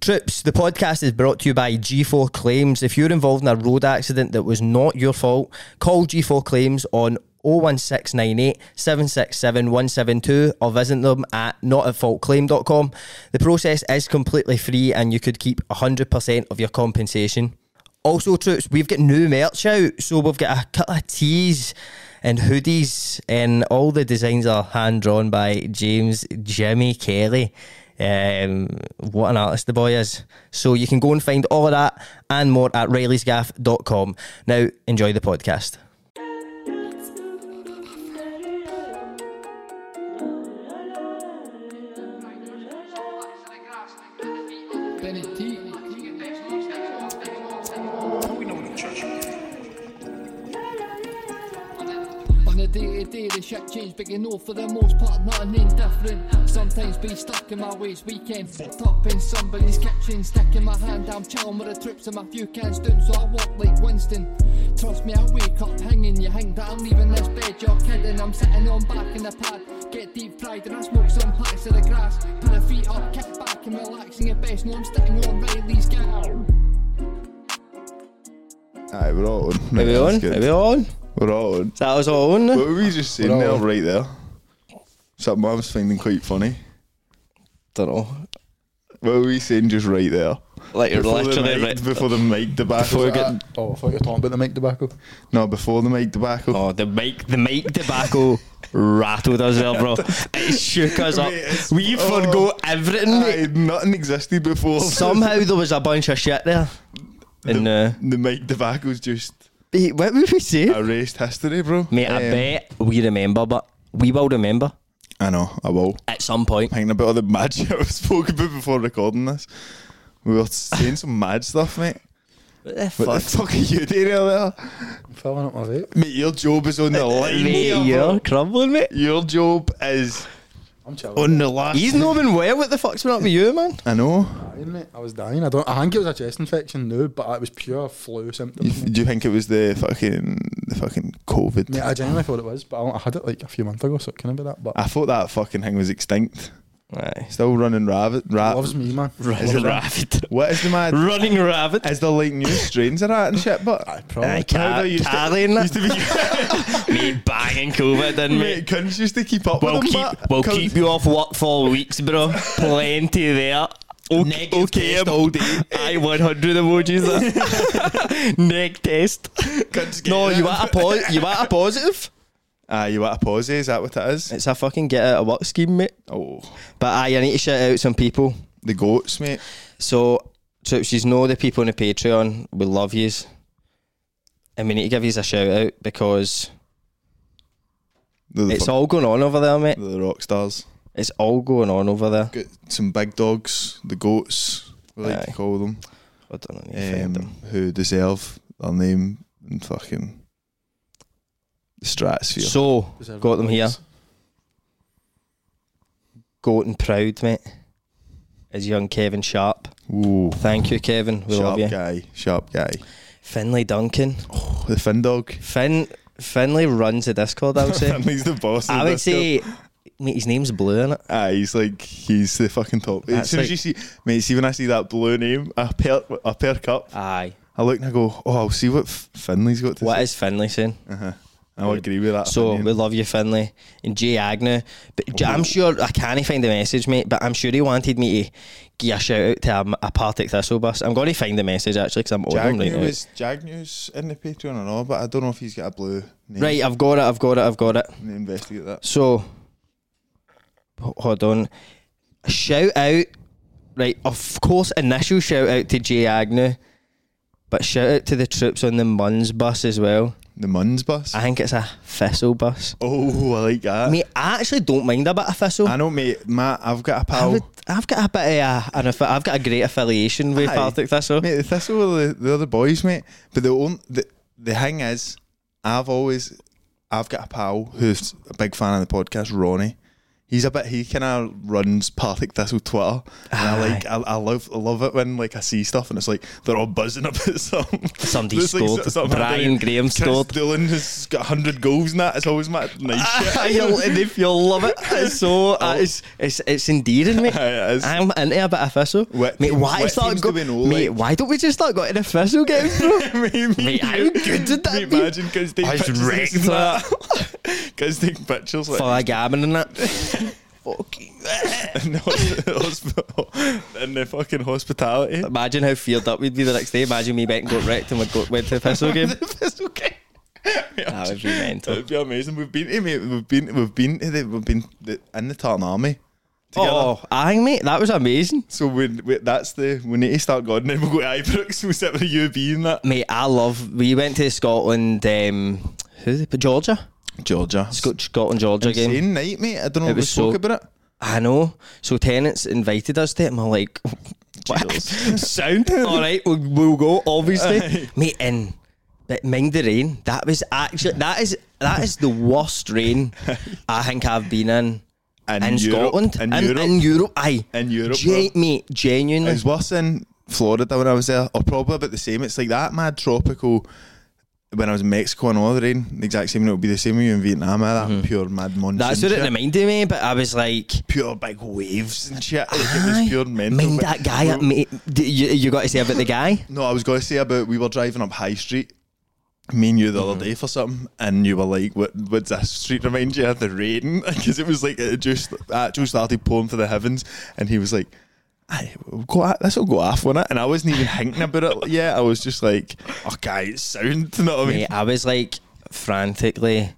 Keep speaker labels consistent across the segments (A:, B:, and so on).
A: Troops, the podcast is brought to you by G4 Claims. If you're involved in a road accident that was not your fault, call G4 Claims on 01698 767 172 or visit them at notatfaultclaim.com. The process is completely free and you could keep 100% of your compensation. Also, troops, we've got new merch out. So we've got a couple of tees and hoodies, and all the designs are hand drawn by James Jimmy Kelly. Um, what an artist the boy is. So you can go and find all of that and more at rileysgaff.com. Now, enjoy the podcast.
B: On a day to day, the shit change big enough for the most part, nothing indifferent. Sometimes be stuck in my ways, weekend fucked up in somebody's kitchen. Sticking my hand, I'm chilling with the trips and my few cans down, so I walk like Winston. Trust me, I wake up hanging, you hang that I'm leaving this bed, you're kidding. I'm sitting on back in the pad, get deep fried, and I smoke some packs of the grass. Put the feet up, kick back and relaxing at best. No, I'm sitting on Riley's gal.
C: Aye, we're all on.
A: Are we on? Are we on?
C: We're all on.
A: That was all on.
C: What were we just saying
A: We're
C: there,
A: all on.
C: right there? Something I was finding quite funny.
D: don't know.
C: What were we saying just right there?
D: Like you're
C: Before the
D: literally
C: mic,
D: right.
C: before the mic debacle.
E: Oh, I thought you were talking about the mic tobacco.
C: no, before the mic debacle.
A: Oh, the mic, the mic tobacco rattled us there, bro. It shook us up.
C: Mate, it's-
A: We
C: oh.
A: forgot everything. mate.
C: Aye, nothing existed before.
A: Somehow there was a bunch of shit there. And uh,
C: the mic debacle's just
A: mate, what were we saying?
C: erased history, bro.
A: Mate, I
C: Um,
A: bet we remember, but we will remember
C: I know. I will.
A: at some point.
C: Thinking about all the mad shit I've spoken about before recording this. We were saying some mad stuff, mate.
A: What the
C: What
A: fuck?
C: the fuck are you doing out there?
E: I'm filling up my vape.
C: Mate, your job is on the line here.
A: Mate,
C: bro.
A: you're crumbling, mate.
C: Your job is
E: I'm
A: Oh,
E: chilling.
C: on the Oh, last.
A: He's not been well. What the fuck's been up with you, man?
C: I know.
E: Dying, mate. I was dying. I don't. I think it was a chest infection now, but it was pure flu
C: You,
E: symptoms. mate.
C: do you think it was the fucking the fucking COVID?
E: Mate, I genuinely thought it was, but I, I had it like a few months ago, so it couldn't be that. But
A: Ah.
C: I thought that fucking thing was extinct.
A: Aye.
C: Still running rabbit. Ra-
E: loves me, man.
C: Is it ra-
A: Rabbit.
C: what is the mad?
A: Running rabbit.
C: Is there like new strains of that and shit? But I
E: probably.
A: Aye, ca-
C: used to-
A: carrying that.
C: used to be
A: Me banging COVID, didn't
C: mate, cunts used to keep up
A: We'll
C: with them.
A: keep,
C: but
A: we'll
C: cunts-
A: keep you off work for weeks, bro. Plenty there. Okay, okay all day. I 100 emojis. there. Neck test.
C: Cunts get
A: No,
C: it.
A: you want a po- you want a positive?
C: Ah, you want a pause? Is that what it is?
A: It's a fucking get out of work scheme, mate.
C: Oh,
A: But aye, I need to shout out some people.
C: the goats, mate.
A: So, troops, you know the people on the Patreon. We love yous. And we need to give yous a shout out because
C: They're the,
A: it's
C: fuck-
A: all going on over there, mate.
C: they're the rock stars.
A: It's all going on over there.
C: Got some big dogs. The goats. We like
A: Aye.
C: to call them.
A: I don't know. I need to find
C: um,
A: them.
C: who deserve their name and fucking the stratosphere.
A: So, got them here. goat and proud, mate, is young Kevin Sharp.
C: Ooh,
A: Thank you, Kevin. We
C: sharp
A: love you.
C: guy, sharp guy.
A: Finlay Duncan.
C: Oh, the fin dog.
A: Fin Finlay runs the Discord, I would say.
C: he's the boss.
A: I
C: of
A: would
C: this girl.
A: say, mate, his name's blue, innit?
C: Aye, he's like he's the fucking top.
A: That's
C: as soon
A: like-
C: as you see, mate, see when I see that blue name, I perk, I perk up.
A: Aye.
C: I look and I go, oh, I'll see what F- Finley's got to
A: What
C: say.
A: is Finlay saying?
C: Uh-huh. I would agree with that.
A: So we
C: opinion.
A: love you, Finlay, and Jay Agnew. But J- I'm sure I can't find the message, mate. But I'm sure he wanted me to give a shout out to a, a Partick Thistle bus. I'm going to find the message actually because I'm on him right
C: Jagnew
A: now.
C: is Jagnew's in the Patreon and all, but I don't know if he's got a blue name.
A: right, I've got it. I've got it. I've got it.
C: Need to investigate that.
A: So, h- hold on. Shout out, right? Of course, initial shout out to Jay Agnew, but shout out to the troops on the Muns bus as well.
C: The Muns bus.
A: I think it's a thistle bus.
C: oh, I like that.
A: I mean, I actually don't mind a bit of thistle.
C: I know, mate. Matt, I've got a
A: I
C: pal.
A: would, I've got a bit of a, an, affi- I've got a great affiliation with
C: Aye.
A: Partick Thistle.
C: Mate, the Thistle are the, the other boys, mate. But the, on, the the thing is, I've always, I've got a pal who's a big fan of the podcast, Ronnie. He's a bit. He kind of runs Partick Thistle Twitter, and I like. I, I love. I love it when like I see stuff, and it's like they're all buzzing about something.
F: Somebody
C: There's, like,
F: scored.
C: so- something
A: Brian
C: happening.
A: Graham
C: Chris
A: scored.
C: Dillon has got hundred goals in that. It's always my nice shit.
A: you'll, and if you'll love it, it's so uh, it's it's it's endearing, mate.
C: Aye, Oh. it is.
A: I'm into a bit of thistle,
C: Wet
A: mate.
C: teams-
A: Why
C: wet
A: is that?
C: teams
A: Go-
C: do we know,
A: mate,
C: like-
A: why don't we just start getting a thistle game, bro?
C: Mate,
A: mate, how good did that be?
C: Imagine because they
A: I was wrecked
C: pictures because taking pictures like
A: for a gammon and that. Fucking.
C: in the, hospital, in the fucking hospitality.
A: Imagine how feared up we'd be the next day. Imagine me went and got wrecked and we got, went to the thistle game.
C: It's okay.
A: That would be mental.
C: It'd be amazing. We've been to mate. We've been we've been to the, we've been the, in the Tartan Army. Together.
A: Oh, aye, mate, that was amazing.
C: So we, we that's the we need to start gardening. We'll go to Ibrox. We'll sit with the UB and that.
A: Mate, I love. We went to Scotland. Um, who? Georgia.
C: Georgia.
A: Sc- Scotland Georgia game.
C: Insane night, mate. I don't know.
A: It
C: It we
A: was so-
C: spoke about it.
A: I know. So tenants invited us to it, and we're like, what? sound. All right, we'll, we'll go. Obviously, mate. And but mind the rain. That was actually that is that is the worst rain I think I've been in.
C: In
A: in
C: Europe-
A: Scotland,
C: in
A: in,
C: Europe.
A: Europe, aye,
C: In Europe,
A: Gen-
C: bro.
A: mate,
C: It
A: genuinely,
C: was worse in Florida when I was there, or probably about the same. It's like that mad tropical. When I was in Mexico and all the rain, the exact same. It would be the same when you in Vietnam. eh, That pure mad
A: Mm-hmm.
C: monsoon.
A: that's what it
C: shit.
A: reminded me. But I was like,
C: Pure big waves and shit. Like it
A: aye,
C: was pure mental.
A: mind
C: but-
A: that guy, at me. D- You, you got to say about the guy.
C: No, I was going to say about we were driving up High Street, me and you the
A: Mm-hmm.
C: other day for something, and you were like, "What? What's this street remind you of the rain?" Because it was like uh, it just actually started pouring for the heavens, and he was like. Aye, we'll go a- this will go off on it, and I wasn't even thinking about it yet. I was just like, "Oh, guy, it's sound." You know what I mean?
A: Mate, I was like frantically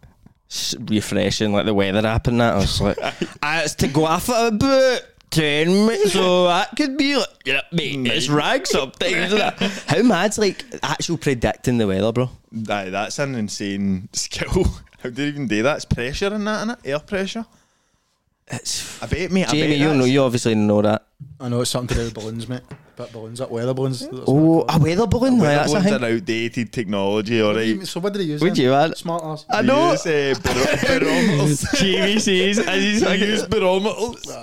A: s- refreshing like the weather app and that. I was like, I it's to go off at about 10 minutes, so that could be like, yeah, mate, it's rag sometimes. isn't it? How mad's like actual predicting the weather, bro?
C: Aye, that's an insane skill. How did you even do that? It's pressure in that, innit? Air pressure.
A: It's
C: I bet, mate. I
A: Jamie,
C: bet
A: you know,
C: that's-
A: you obviously know that.
E: I know it's something to do with balloons, mate. But balloons, up weather balloons. that's what
A: Oh,
E: they're
A: a
E: called.
A: weather balloon,
C: Weather
A: right, that's a
C: balloons
A: thing.
C: an outdated technology, all right.
E: So what did they use?
A: Would
E: then?
A: you add-
E: smart ass?
A: I know.
C: Use, uh, bar- barometers.
A: Jamie sees as he's
C: I
A: like,
C: use barometers.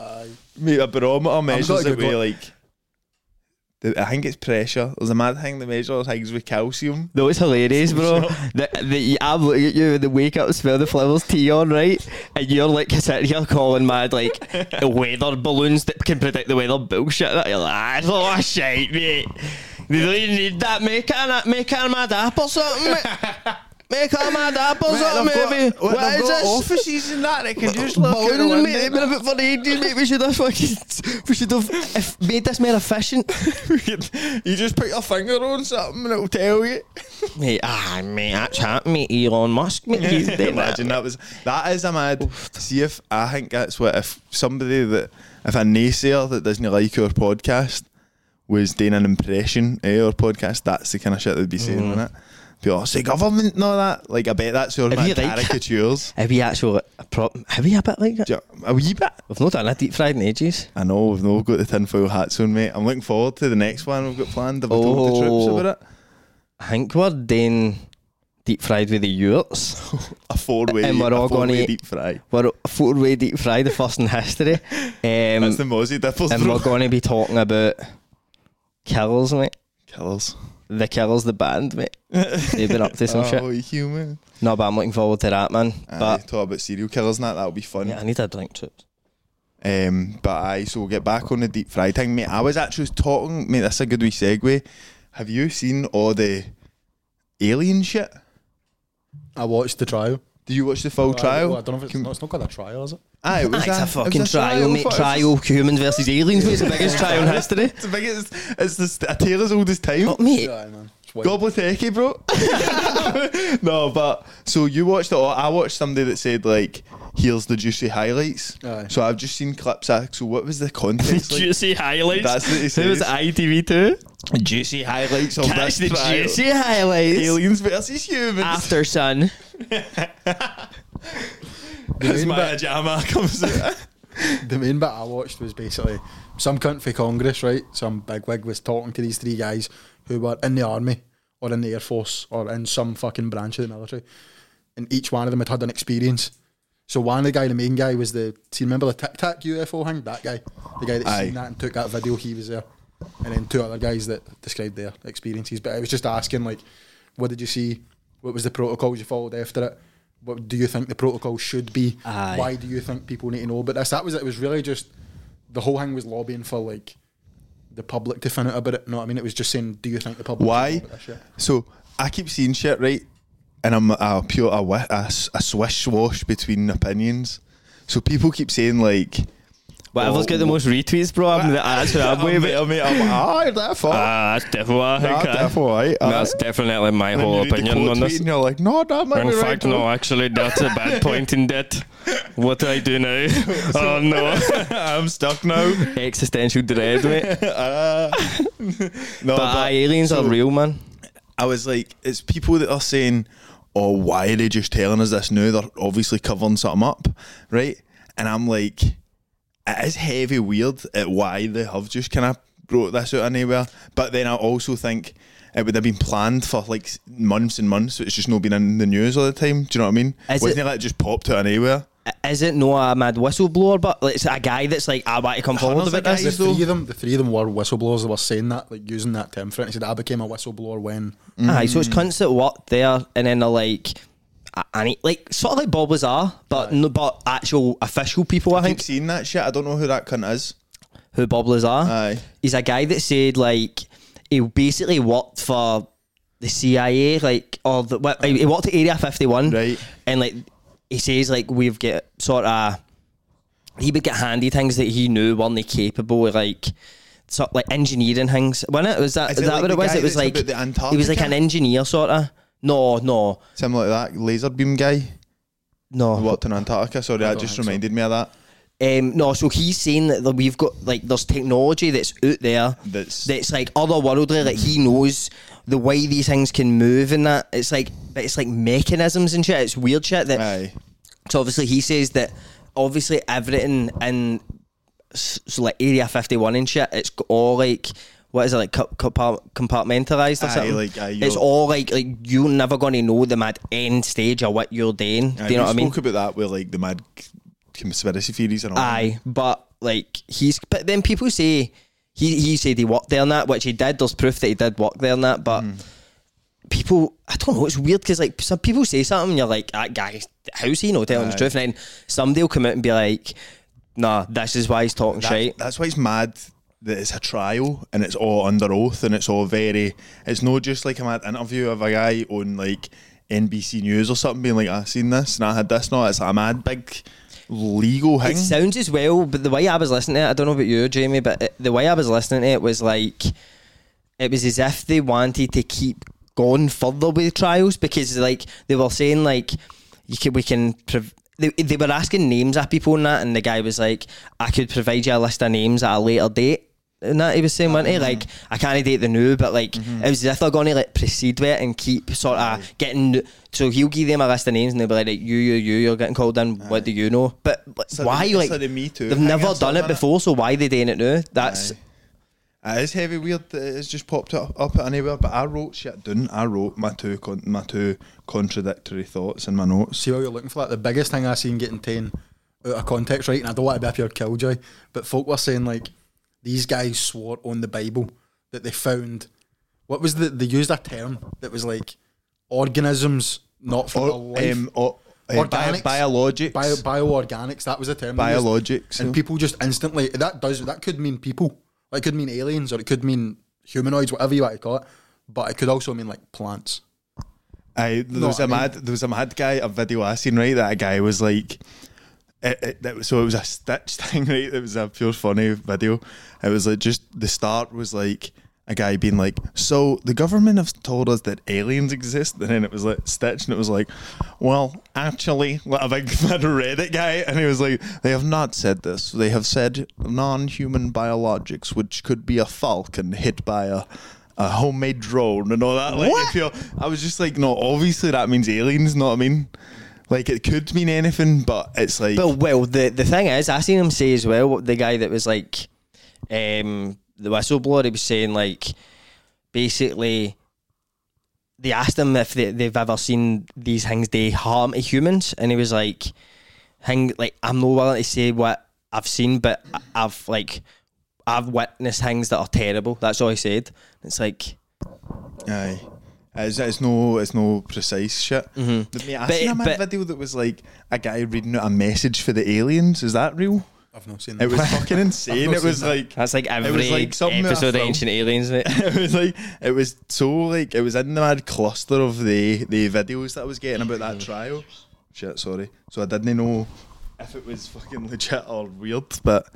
C: Mate, a barometer measures
E: got a
C: it
E: good
C: with
E: one.
C: like. the- I think it's pressure. There's a mad thing that measures things with calcium.
A: No, it's hilarious, bro. The, the, I'm looking at you with the wake up, smell the flowers, tea on, right? And you're like sitting here calling mad, like, weather balloons that can predict the weather bullshit. That you're like, ah, it's all shite, mate. They don't even need that. Make a, make a mad app or something, mate. Make a mad app or something, maybe. What is this?
C: offices in that? It could just
A: Balloons, mate. They've been a bit for ages, mate. We should have fucking, we should have if- made this more efficient.
C: You just put your finger on something and it'll tell you.
A: mate, ah, mate, that's happening, mate. Elon Musk, mate. He's doing that.
C: Imagine that was that is a mad. See if I think that's what if somebody that if a naysayer that doesn't like our podcast was doing an impression of our podcast, that's the kind of shit they'd be
A: Mm.
C: saying, innit? People say government and all that. Like I bet that's your
A: Have you
C: mad
A: liked it?
C: caricatures.
A: Have you actual a prop? Have you a bit like that?
C: Do you- A wee bit.
A: We've not done a deep fried in ages.
C: I know we've not got the tinfoil hats on, mate. I'm looking forward to the next one we've got planned. Have we told the
A: Oh.
C: troops about it?
A: I think we're doing deep fried with the yurts.
C: A four way,
A: And we're all
C: a four
A: gonna
C: way
A: eat-
C: deep fry.
A: We're a four way deep fried, the first in history. Um,
C: That's the Mosey dipples.
A: and we're
C: bro.
A: going to be talking about killers, mate.
C: Killers.
A: The killers, the band, mate. They've been up to some
C: Oh,
A: shit.
C: you human.
A: No, but I'm looking forward to that, man.
C: Aye,
A: But
C: talk about serial killers and that. That'll be fun.
A: yeah, I need a drink too.
C: Um, but aye, so we'll get back on the deep fry thing, mate. I was actually talking, mate. That's a good wee segue. Have you seen all the alien shit?
E: I watched the trial.
C: Do you watch the full
E: Oh, I,
C: trial?
E: I don't know if it's,
C: Can-
E: no, it's not called a trial, is it?
C: Aye, it was
A: Ah, It's a
C: it was
A: fucking trial, mate.
C: It was-
A: Trial human versus aliens, mate. It's the biggest trial in history.
C: It's the biggest. It's the st- a tale as old as time.
A: Oh, mate.
E: Yeah, man. It's wild.
C: Gobloteki, bro. no, but so you watched it. All. I watched somebody that said like, "Here's the juicy highlights."
E: Aye.
C: So I've just seen clips. Of, so what was the context? like?
A: Juicy highlights.
C: That's what he
A: It was
C: says.
A: ITV too.
C: juicy highlights of
A: Catch the
C: this trial.
A: juicy highlights.
C: Aliens versus humans.
D: Ah.
A: After sun.
C: As my pajama comes out.
E: The main bit I watched was basically some cunt for Congress, right? Some bigwig was talking to these three guys who were in the army or in the air force or in some fucking branch of the military, and each one of them had had an experience. So one of the guy, the main guy, was the. See, remember the Tic Tac UFO thing? That guy, the guy that
C: Aye.
E: seen that and took that video. He was there, and then two other guys that described their experiences. But I was just asking, like, what did you see? What was the protocols you followed after it? What do you think the protocol should be?
A: Aye.
E: Why do you think people need to know? But this, that was it. Was really just the whole thing was lobbying for like the public to find out about it. No, I mean it was just saying, do you think the public? should know
C: Why?
E: about this shit?
C: So I keep seeing shit right, and I'm a pure a, wi- a, s- a swish swash between opinions. So people keep saying like,
D: Whatever's got the most retweets, bro. I'm, that's what I'm way.
C: I'm, mate, I'm, ah, you're that far.
D: Ah, that's definitely. what
C: Nah,
D: I think, uh,
C: definitely, aye, aye.
D: That's definitely my
C: And then
D: whole
C: you read the
D: opinion
C: quote
D: on
C: tweet
D: this.
C: and you're like, no, that might
D: In
C: be right.
D: fact,
C: bro."
D: no, actually, that's a bad point in that. What do I do now? oh no,
C: I'm stuck now.
D: existential dread, mate.
C: Ah. no,
D: But aye, aliens are real, man.
C: I was like, it's people that are saying, "Oh, why are they just telling us this now? They're obviously covering something up, right?" And I'm like, it is heavy weird at why they have just kind of brought this out anywhere. But then I also think it would have been planned for like s- months and months. so It's just not been in the news all the time. Do you know what I mean?
A: Is
C: Wasn't
A: it-
C: it, like just popped out of nowhere?
A: Is it not a mad whistleblower, but it's a guy that's like, I want to come forward
C: Hundreds
A: about this?
C: of
E: The
C: Guys, though-
E: three of them, the three of them were whistleblowers. They were saying that, like using that term for it. He said, "I became a whistleblower when."
A: Aye, so it's cunts that work there, and then they're like, I, I need like sort of like Bob Lazar, but no, but actual official people. I
C: I keep
A: think
C: seeing that shit. I don't know who that cunt is.
A: who Bob Lazar.
C: Aye.
A: he's a guy that said like he basically worked for the CIA, like or the what, he worked at Area Fifty One,
C: Right.
A: And like he says, like we've got sort of he would get handy things that he knew weren't capable of, like. Sort of like engineering things, wasn't it? Was that
C: Is
A: is
C: it
A: that
C: like
A: what
C: the
A: it was?
C: guy
A: It was
C: that's
A: like
C: about the
A: he was like an
C: Antarctica?
A: engineer, sort of. No, no,
C: Something like that. Laser beam guy
A: no.
C: who worked in Antarctica. Sorry, that just
E: think so.
C: reminded me of that.
A: Um, no, so he's saying that we've got like there's technology that's out there
C: That's-
A: that's like otherworldly. Like he knows the way these things can move and that it's like, but it's like mechanisms and shit. It's weird shit that.
C: Aye.
A: So obviously he says that obviously everything in s- so like Area Fifty One and shit, it's all like. What is it like co- compart- compartmentalized or
C: Aye,
A: something?
C: like, aye,
A: it's
C: you're-
A: all like like you're never going to know the mad end stage or what you're doing.
C: Aye,
A: Do you know
C: Uh,
A: what
C: we
A: I mean?
C: spoke about that with like the mad c- conspiracy theories and all.
A: Aye, but like he's but then people say he he said he worked there and that, which he did. There's proof that he did work there and that, but
C: Hmm.
A: people I don't know. It's weird because like some people say something, and you're like that guy. How's he not telling the
C: Aye.
A: truth? And then somebody will come out and be like, Nah, this is why he's talking
C: That-
A: shit.
C: That's why it's mad that it's a trial and it's all under oath and it's all very. It's not just like a mad interview of a guy on like NBC News or something being like, "I seen this and I had this." No, it's a mad big legal
A: It
C: thing.
A: sounds as well, but the way I was listening to it, I don't know about you, Jamie, but it, the way I was listening to it was like it was as if they wanted to keep going further with trials because like they were saying like you can we can prov- they, they were asking names of people and that and the guy was like I could provide you a list of names at a later date and that he was saying
C: Oh,
A: wasn't he like I can't date the new but like
C: Mm-hmm.
A: it was as if they're going to like proceed with it and keep sort of getting new- so he'll give them a list of names and they'll be like you you you you're getting called in what do you know but, but
C: So
A: why
C: the- so
A: like
C: the Me Too
A: they've
C: thing
A: never
C: or
A: done
C: something,
A: it
C: innit?
A: before so why are they doing it now that's
C: It is heavy weird that it's just popped up, up at anywhere, but I wrote shit down. I wrote my two con- my two contradictory thoughts in my notes.
E: See how you're looking for that. The biggest thing I seen getting ten out of context, right? And I don't want to be a pure killjoy, but folk were saying like these guys swore on the Bible that they found. What was the they used a term that was like organisms not from a
C: Or,
E: life.
C: um, or, uh, bi-
E: Organics.
C: biologics.
E: Bio, bioorganics, that was the term. they used.
C: biologics.
E: And people just instantly that does that could mean people. Like, it could mean aliens or it could mean humanoids, whatever you want to call it. But it could also mean like plants.
C: I there
E: No,
C: was
E: I
C: a
E: mean-
C: mad there was a mad guy a video I seen right that guy was like it, it, that was- so it was a stitch thing right it was a pure funny video it was like just the start was like a guy being like so the government have told us that aliens exist and then it was like stitch and it was like well actually like a big mad Reddit guy and he was like they have not said this they have said non-human biologics which could be a falcon hit by a a homemade drone and all that. Like, if you're, I was just like, no, obviously that means aliens. Know what I mean? Like, it could mean anything, but it's like,
A: But well, the the thing is, I seen him say as well. what The guy that was like, um, the whistleblower, he was saying like, basically, they asked him if they, they've ever seen these things they harm to humans, and he was like, thing. Like I'm not willing to say what I've seen, but I- I've like I've witnessed things that are terrible. That's all I said. It's like,
C: Aye. It's, it's no it's no precise shit. But mate, I
A: But
C: seen
A: it-
C: a mad
A: but-
C: video that was like a guy reading out a message for the aliens. Is that real?
E: I've not seen that.
C: It was fucking insane.
E: not
C: it was
E: seen
C: like
A: that's like every
C: was like something that I
A: episode of
C: felt.
A: Ancient Aliens, mate.
C: it was like it was so like it was in the mad cluster of the the videos that I was getting about that trial. Shit, sorry. So I didn't know if it was fucking legit or weird, but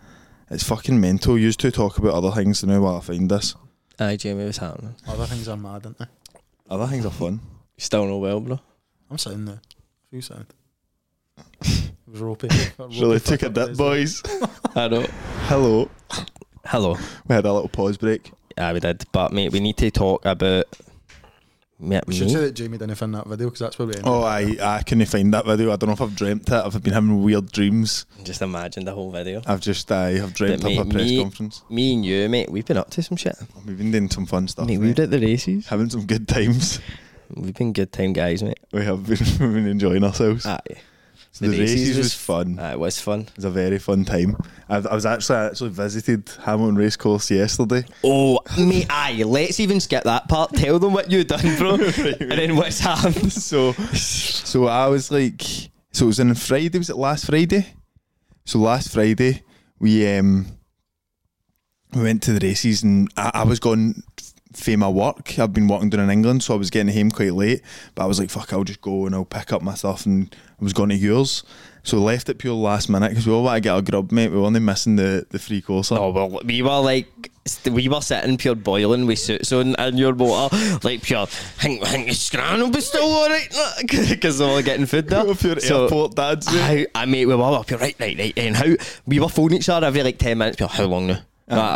C: it's fucking mental. Used to talk about other things to know where I find this.
A: Aye, Jamie, what's happening?
E: Other things are mad, aren't they?
C: Other things are fun.
A: Still no well, bro.
E: I'm sound now. I feel sound. It was ropey.
C: Really took a dip, boys.
A: I know.
C: Hello.
A: Hello.
C: We had a little pause break.
A: Yeah, Ah, we did. But mate, we need to talk about. Mate,
E: We
A: me.
E: should say that Jamie didn't in that video because that's where we ended.
C: Oh, I I couldn't find that video. I don't know if I've dreamt it. I've been having weird dreams.
A: Just imagine the whole video.
C: I've just I have dreamt
A: But
C: up a
A: mate,
C: press
A: me-
C: conference.
A: Me and you, mate, we've been up to some shit.
C: We've been doing some fun stuff.
A: mate, we
C: mate.
A: have at the races.
C: Having some good times.
A: We've been good time guys, mate.
C: We have been, we've been enjoying ourselves.
A: Aye.
C: So the, races, was fun.
A: Aye, it Ah, was fun.
C: It was a very fun time. I, I was actually I actually visited Hamilton Racecourse yesterday.
A: Oh, mate, aye. Let's even skip that part. Tell them what you done, bro. and then what's happened.
C: So so I was like so it was on Friday. Was it last Friday? So last Friday we um we went to the races and I, I was gone f- for my work. I've been working down in England, so I was getting home quite late. But I was like, fuck, I'll just go and I'll pick up my stuff and I was going to yours. So left at pure last minute because we all want to get a grub, mate. We were only missing the, the free course.
A: Oh, well, we were like, st- we were sitting pure boiling with suits on in your water, like pure, hang, hang, it's grand, will be still alright, because they were getting food there.
C: If you're
A: So-
C: airport dads, mate.
A: How, I mate, we were all up here, right, right, right. And how we were phoning each other every like 10 minutes. we were, How long
C: Uh-huh.
A: now?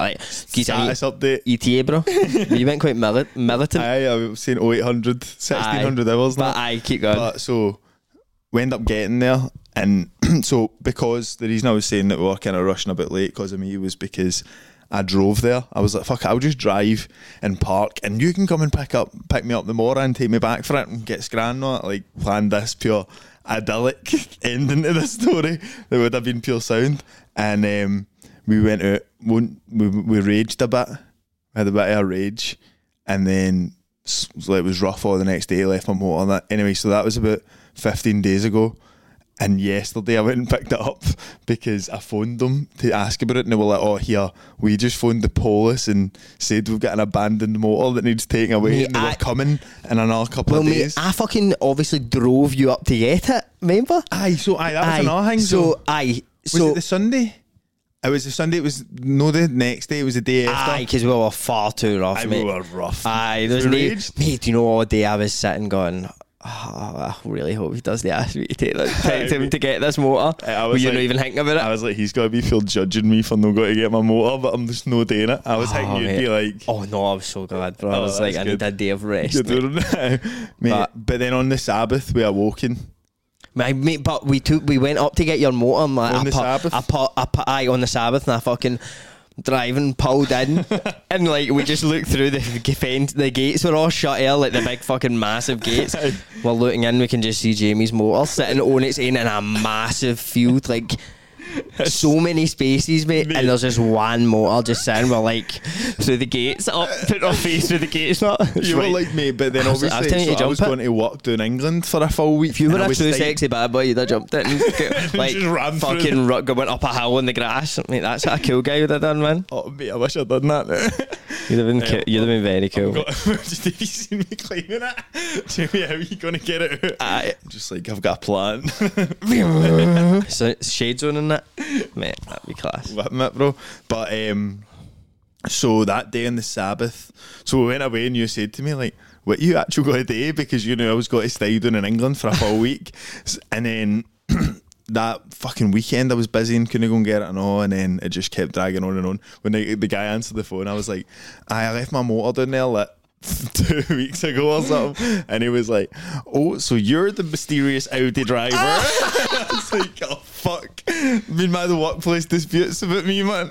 A: Right, like, geez, I
C: Status update.
A: need ETA, bro. we went quite mili- militant.
C: Aye, I was saying 0800, 1600 hours now.
A: but I keep going.
C: But so we end up getting there, and so because the reason I was saying that we were kind of rushing a bit late because of me was because I drove there. I was like, "Fuck, it, I'll just drive and park, and you can come and pick up, pick me up the morning, and take me back for it, and get scran on it." Like planned this pure idyllic ending to this story that would have been pure sound, and um, we went out. We, we we raged a bit, had a bit of a rage, and then s- so it was rough all the next day. Left my motor on that anyway. So that was about fifteen days ago. And yesterday I went and picked it up because I phoned them to ask about it, and they were like, "Oh, here we just phoned the police and said we've got an abandoned motor that needs taking away,
A: Mate,
C: and they
A: I-
C: were coming in another couple
A: well,
C: of
A: mate,
C: days."
A: I fucking obviously drove you up to get it. Remember?
C: aye, so aye, that was another thing.
A: So,
C: So,
A: aye.
C: was
A: So,
C: it the Sunday? It was the Sunday. It was no the next day. It was the day after.
A: aye, because we were far too rough,
C: Aye,
A: mate.
C: we were rough.
A: Aye, there was
C: We
A: no,
C: raged.
A: mate. Do you know all day I was sitting going. "Oh, I really hope he doesn't ask me to take this, take him to get this motor.
C: I- I
A: Were
C: was
A: you not
C: like-
A: even thinking about it?
C: I was like, he's gotta be feel judging me for no going to get my motor, but I'm just no doing it. I was thinking you'd
A: mate.
C: be like,
A: Oh no, I was so glad, bro. I
C: Oh,
A: was
C: that
A: like,
C: was
A: I
C: good.
A: need a day of
C: you're
A: rest. Mate.
C: doing it. mate.
A: But-
C: But, then on the Sabbath we are walking.
A: Mate, mate, but we took, we went up to get your motor. and like,
C: On
A: I
C: the
A: pu-
C: Sabbath?
A: I pu- I pu- aye, on the Sabbath, and I fucking driving pulled in, and like we just looked through the g- fence. The gates were all shut here, like the big fucking massive gates. we're looking in, we can just see Jamie's motor sitting on its end in a massive field, like. So many spaces, mate, and there's just one motor just sitting. We're like through the gates, up, put our face through the gates. Not
C: You were like me, but then
A: I was- I was
C: obviously
A: telling you
C: so
A: to
C: I was
A: jump it.
C: going to work down England for a full week.
A: If you were
C: and I
A: a
C: was
A: true
C: like-
A: sexy bad boy, you'd have jumped it and go- like
C: Just ran through
A: fucking ru- go- went up a hill in the grass. Mate, that's what a cool guy would have done, man.
C: Oh mate, I wish I'd done that.
A: You'd have been, coo- you'd have been very cool.
C: God, Just have you seen me climbing it? Jimmy, how are you gonna get it out?
A: Aye.
C: I'm just like I've got a plan.
A: so shades on in that, mate. That'd be class.
C: whipping it, bro. But um, so that day on the Sabbath, so we went away, and you said to me like, "What you actually got to do?" Because you know I was going to stay down in England for a full week, S- and then. That fucking weekend, I was busy and couldn't go and get it and all, and then it just kept dragging on and on. When the, the guy answered the phone, I was like, "Aye, "I left my motor down there like two weeks ago or something," and he was like, "Oh, so you're the mysterious Audi driver?" It's like, oh fuck. Me and my the workplace disputes about me, man.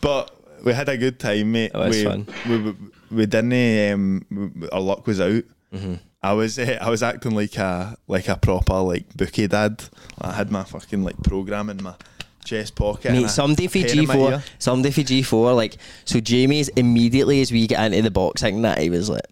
C: but we had a good time, mate.
A: Oh, that's
C: we,
A: fun. Mm-hmm.
C: We, we, we didn't. Um, we- our luck was out, I was uh, I was acting like a like a proper like bookie dad. I had my fucking like program in my chest pocket. and
A: Mate,
C: a
A: somebody for
C: pen in my
A: G4,
C: ear.
A: somebody for G4, like, so Jamie's immediately as we get into the box, I think that he was like,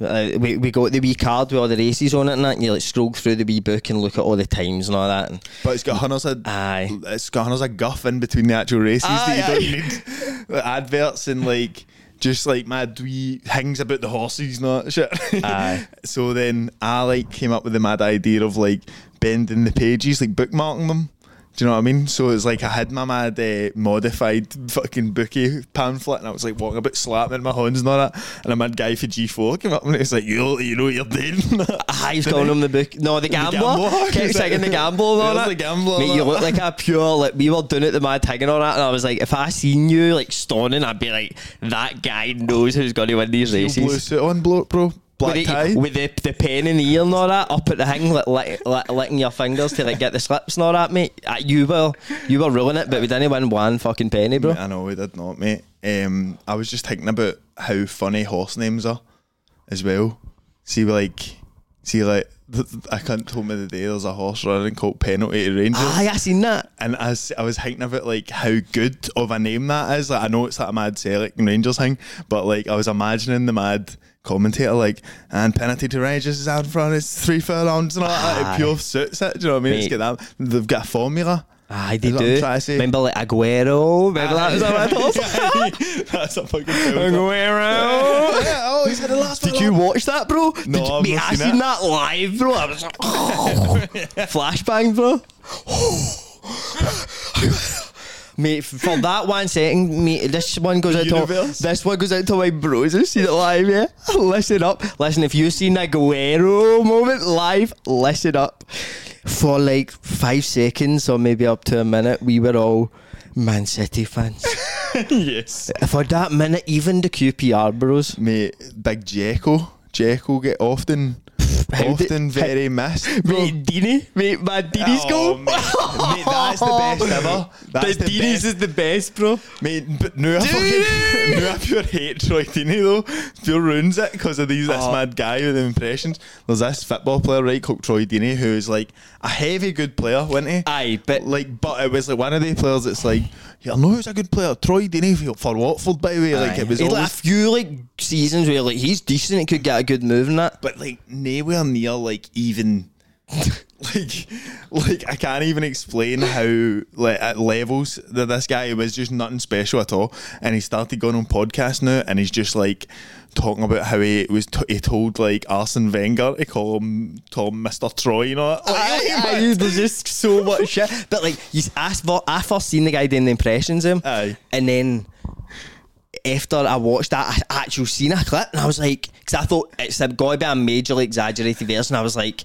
A: uh, we, we got the wee card with all the races on it and that, and you like scroll through the wee book and look at all the times and all that. And
C: But it's got Hunter's a
A: Aye.
C: it's got Hunter's a guff in between the actual races that you don't need Like, adverts and like just like mad wee things about the horses and all that shit.
A: Aye.
C: so then I like came up with the mad idea of like bending the pages, like bookmarking them. Do you know what I mean? So it's like I had my mad uh, modified fucking bookie pamphlet and I was like walking about slapping it in my hands and all that. And a mad guy for G4 came up and he was like, you, you know what you're doing.
A: I was calling him the book. No, the gambler.
C: Gambler?
A: Kept
C: Is that-
A: singing the gambler. and all
C: Where's
A: that.
C: the Gambler
A: Mate,
C: and
A: you
C: all
A: look
C: that?
A: like a pure like we were doing it the mad thing and all that, and I was like, if I seen you like stoning, I'd be like, that guy knows who's going to win these
C: Your blue
A: races.
C: suit on, blo- bro. Black
A: with,
C: tie.
A: the, with the, the pen in the ear and all that, up at the hang, like, lick lick- licking your fingers to like get the slips and all that, mate. Uh, You were you were ruling it, but we didn't win one fucking penny, bro.
C: Mate, I know we did not, mate. Um, I was just thinking about how funny horse names are as well. See, like, see, like, th- th- I can't tell me the day there's a horse running called Penalty to Rangers.
A: Aye, I seen that.
C: and I was, I was thinking about like how good of a name that is. Like I know it's that mad Celtic Rangers thing, but like I was imagining the mad commentator like and penalty to Rangers is out in front. It's three furlongs and all that. It
A: Aye.
C: pure suits it. Do you know what I mean? It's
A: Mate.
C: got that. They've got a formula.
A: Aye, they
C: Is what I'm
A: do.
C: trying to say.
A: Remember like Aguero? Remember that was a mad horse?
C: That's a fucking. film.
A: Aguero.
C: Yeah, oh, he's got the last.
A: Did you watch that, bro? Did,
C: No, I've
A: mate,
C: not
A: I
C: seen
A: seen that live, bro. I was like, oh, flashbang, bro. mate, for that one second, mate, this one goes out
C: universe?
A: to this one goes out to my bros who seen it live. Yeah, listen up, listen. If you seen a Guerrero moment live, listen up. For like five seconds or maybe up to a minute, we were all Man City fans.
C: yes,
A: For that minute, even the QPR bros.
C: mate. Big Jekyll. Jekyll get often,
A: How did-
C: often very missed. bro.
A: Mate, Dini, mate, my Dini's
C: Oh,
A: goal.
C: mate. Mate, that's the best ever. That's the,
A: Dini's
C: best.
A: is the best, bro.
C: Mate, but now I fucking now I pure hate Troy Deeney though. Pure ruins it because of these
A: Oh.
C: this mad guy with the impressions. There's this football player right called Troy Deeney who is like a heavy good player, wasn't he?
A: Aye, but-
C: like, but it was like one of the players that's like, yeah, I know who's a good player, Troy Deeney for, for Watford, by the way. Like it was
A: He'd
C: always,
A: like a few like seasons where like he's decent, it could get a good move in that.
C: but like nowhere near like even. like, like I can't even explain how like at levels that this guy was just nothing special at all, and he started going on podcasts now, and he's just like talking about how he was t- he told like Arsene Wenger to call him call him Mister Troy, you know, like,
A: Aye, aye, there's just so much shit. But like, he's asked for, I first seen the guy doing the impressions of him,
C: Aye.
A: and then after I watched that I actual seen a clip, and I was like, because I thought it's got to be a majorly exaggerated version. I was like,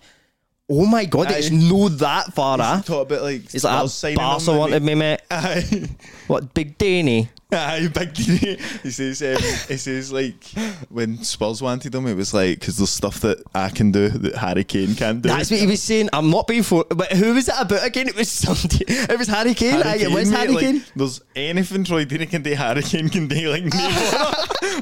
A: oh my god, it's
C: Aye.
A: no that far off.
C: talk about like
A: It's like
C: Spurs
A: a
C: signing
A: Barca
C: him and
A: wanted
C: he-
A: me, mate.
C: Aye.
A: What big Danny?
C: Aye, big D. He says, um, he says, like, when Spurs wanted him, it was like, because there's stuff that I can do that Harry Kane can't do.
A: That's what he was saying. I'm not being for. But who was it about again? It was somebody. It was Harry Kane.
C: Harry
A: Aye,
C: Kane,
A: it was
C: mate,
A: Harry
C: like,
A: Kane.
C: There's anything Troy Deeney can do, Harry Kane can do, like, no.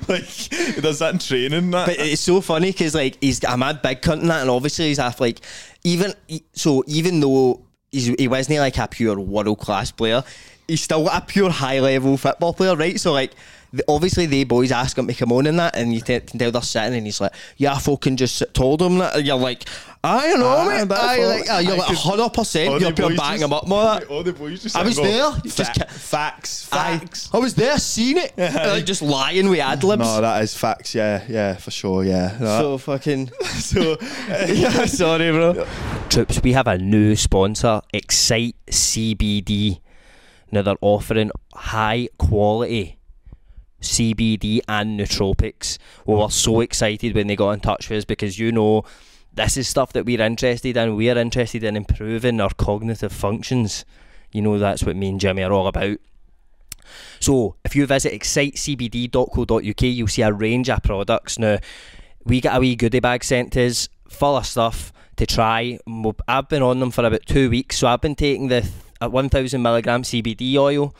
C: like he does that in training. and That.
A: But it's so funny because like he's a mad big cunt in that, and obviously he's half like even so even though he's, he wasn't like a pure world class player, he's still a pure high level football player, right? So like. the- Obviously, they boys ask him to come on in that, and you te- can tell they're sitting, and he's like, "Yeah, I fucking just told him that." And you're like, "I don't know,
C: Ah,
A: mate."
C: that's
A: Aye,
C: all.
A: like, aye, you're
C: I
A: like
C: could-
A: hundred
C: All
A: percent.
C: the
A: You're pure
C: boys
A: banging
C: just-
A: him up more. that.
C: All the boys just
A: I was
C: sitting
A: there.
C: going,
A: You just
C: "Fa-
A: ca-
C: facts,
A: Aye.
C: facts.
A: I was there, seen it. like just lying with ad libs.
C: No, that is facts. Yeah, yeah, for sure. Yeah. That-
A: so fucking.
C: So,
A: Sorry, bro. Troops, we have a new sponsor, Excite CBD. Now they're offering high quality CBD and nootropics. We were so excited when they got in touch with us because you know this is stuff that we're interested in. We're interested in improving our cognitive functions. You know that's what me and Jimmy are all about. So if you visit excitecbd.co.uk, you'll see a range of products. Now we get a wee goodie bag sent to us full of stuff to try. Mo- I've been on them for about two weeks, so I've been taking the th- uh, 1,000 milligram CBD oil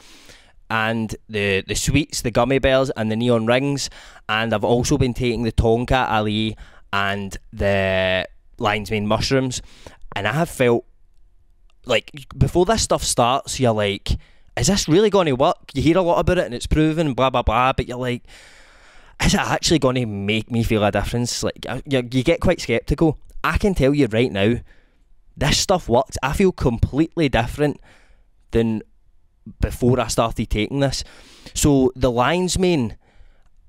A: and the the sweets, the gummy bears, and the neon rings. And I've also been taking the Tonka Ali and the lion's mane mushrooms, and I have felt like before this stuff starts, you're like, is this really going to work? You hear a lot about it and it's proven, blah blah blah, but you're like, is it actually going to make me feel a difference? Like uh, you, you get quite skeptical. I can tell you right now, this stuff worked. I feel completely different than before I started taking this. So the lion's mane,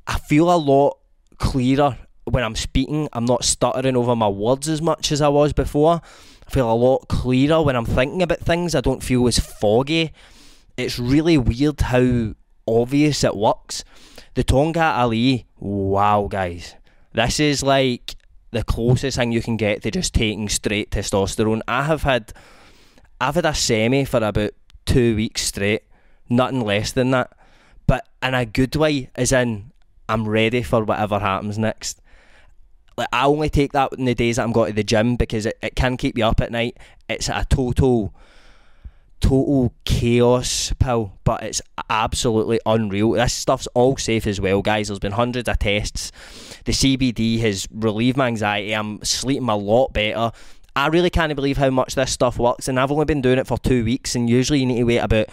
A: I feel a lot clearer when I'm speaking. I'm not stuttering over my words as much as I was before. I feel a lot clearer when I'm thinking about things. I don't feel as foggy. It's really weird how obvious it works. The Tonga Ali, wow, guys. This is like the closest thing you can get to just taking straight testosterone. I have had, I've had a semi for about two weeks straight, nothing less than that. But in a good way, as in, I'm ready for whatever happens next. Like I only take that in the days that I'm going to the gym because it, it can keep you up at night. It's a total, total chaos pill, but it's absolutely unreal. This stuff's all safe as well, guys. There's been hundreds of tests. The CBD has relieved my anxiety. I'm sleeping a lot better. I really can't believe how much this stuff works, and I've only been doing it for two weeks. And usually you need to wait about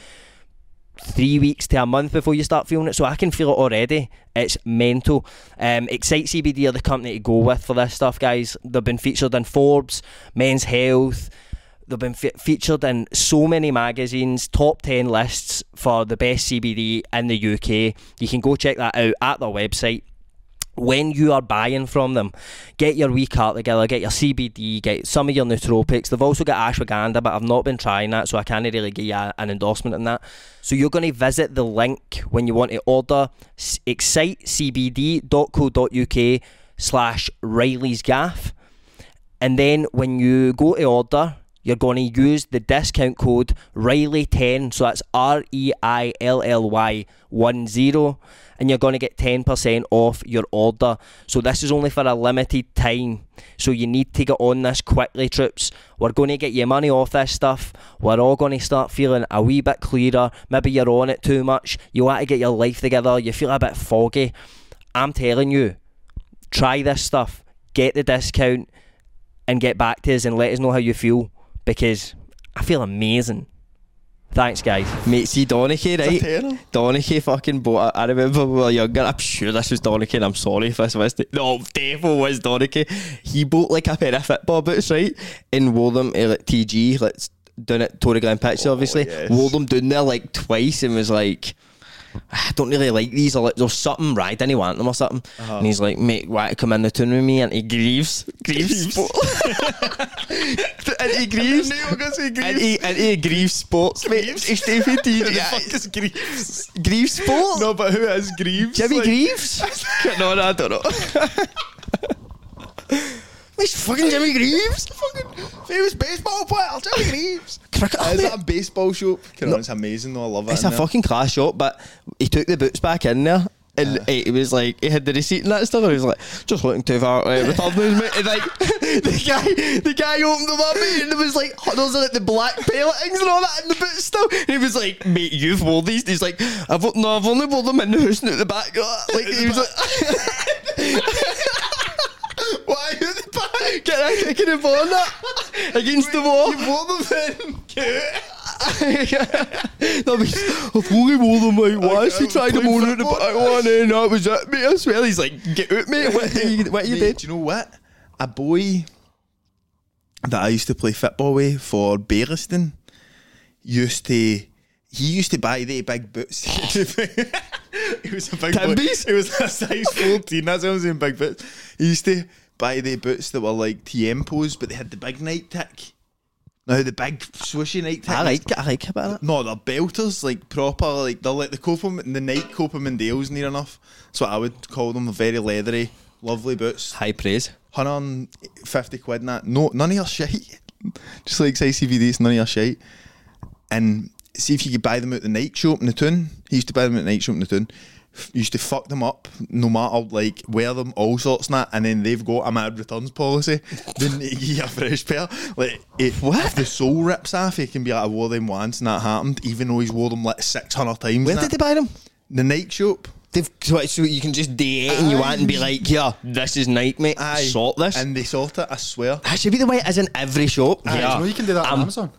A: three weeks to a month before you start feeling it. So I can feel it already. It's mental. Um, Excite CBD are the company to go with for this stuff, guys. They've been featured in Forbes, Men's Health. They've been fe- featured in so many magazines, top 10 lists for the best CBD in the UK. You can go check that out at their website when you are buying from them, get your wee cart together, get your CBD, get some of your nootropics. They've also got ashwagandha, but I've not been trying that, so I can't really give you a- an endorsement on that. So you're going to visit the link when you want to order s- excitecbd.co.uk slash Riley's Gaff. And then when you go to order, you're going to use the discount code Riley10. So that's R E I L L Y 1 0. And you're going to get 10% off your order. So this is only for a limited time. So you need to get on this quickly, troops. We're going to get your money off this stuff. We're all going to start feeling a wee bit clearer. Maybe you're on it too much. You want to get your life together. You feel a bit foggy. I'm telling you, try this stuff. Get the discount and get back to us and let us know how you feel because I feel amazing. Thanks, guys.
D: Mate, see Donaghy,
C: It's a
D: right?
C: tenner.
D: Donaghy fucking bought. I I remember when we were younger. I'm sure this was Donaghy. And I'm sorry if this was. No, definitely was Donaghy. He bought like a pair of football boots, right, and wore them to like TG, like s- down at Tory Glen Pitch, obviously.
C: Oh, yes.
D: Wore them down there like twice, and was like. "Ah, I don't really like these. Or like, there's something right. Didn't he want them or something?
C: Uh-huh.
D: And he's like, mate, why to come in the tune with me? And he grieves, grieves, and he grieves.
C: I was gonna say
D: And
C: Greaves.
D: he, and he grieves sports, mate.
C: Greaves?
D: He's David
C: Who
D: Dean.
C: the fuck is Greaves?
D: Greaves Sport?
C: No, but who is Greaves?
D: Jimmy
C: Like,
D: Greaves? no, no, I don't know. It's fucking Jimmy Greaves. Fucking
C: Famous baseball player, Jimmy Greaves.
D: cricket.
C: Is
D: mate.
C: that a baseball shop? Can I- It's amazing though. I love it.
D: It's
C: in
D: a
C: there.
D: fucking class shot, but he took the boots back in there. And eh, he was like, he had the receipt and that stuff, and he was like, just looking too far uh, with others, mate. And like, the guy, the guy opened them up, mate, and it was like, oh, those are like the black pelletings and all that in the boots still. And he was like, mate, you've wore these. And he's like, I've o- no, I've only wore them in the house and out the back. Oh, Like, he was like, why are the back? Can I kick it upon that against the wall?
C: You oh, wore them then.
D: no, but he's, I've only wore them like once. He
C: I'm
D: tried them
C: playing
D: all out the
C: football.
D: back one, and that was it, mate. I swear, he's like, get out, mate. What, are you- what are you
C: Mate,
D: did?
C: Do you know what? A boy that I used to play football with for Bayliston used to he used to buy the big boots. he was a big
D: Timbies?
C: boy. He was a size fourteen. That's what I was saying. Big boots. He used to buy the boots that were like tiempos, but they had the big night tick. Now the big swooshy night tick.
D: I like, I like about it.
C: No, they're belters, like proper, like they're like the Copeman, the Nike Copeman Dales near enough. That's what I would call them. They're very leathery, lovely boots.
D: High praise.
C: 150 quid and that. No, none of your shite. Just like say CVDs, none of your shite. And see if you could buy them at the night shop in the town. He used to buy them at the night shop in the town. F- Used to fuck them up, no matter like wear them, all sorts and that, and then they've got a mad returns policy. then you get a fresh pair. Like it, what? If the soul rips off, he can be like, I wore them once and that happened, even though he's wore them like six hundred times.
D: Where
C: and that.
D: did they buy them?
C: the Nike shop?
D: They've so so you can just day it and you want and be like, yeah, this is night, mate. Sort this.
C: And they sort it, I swear.
D: that should be the way it is in every shop. Um,
E: You know you can do
A: Um,
E: that on Amazon.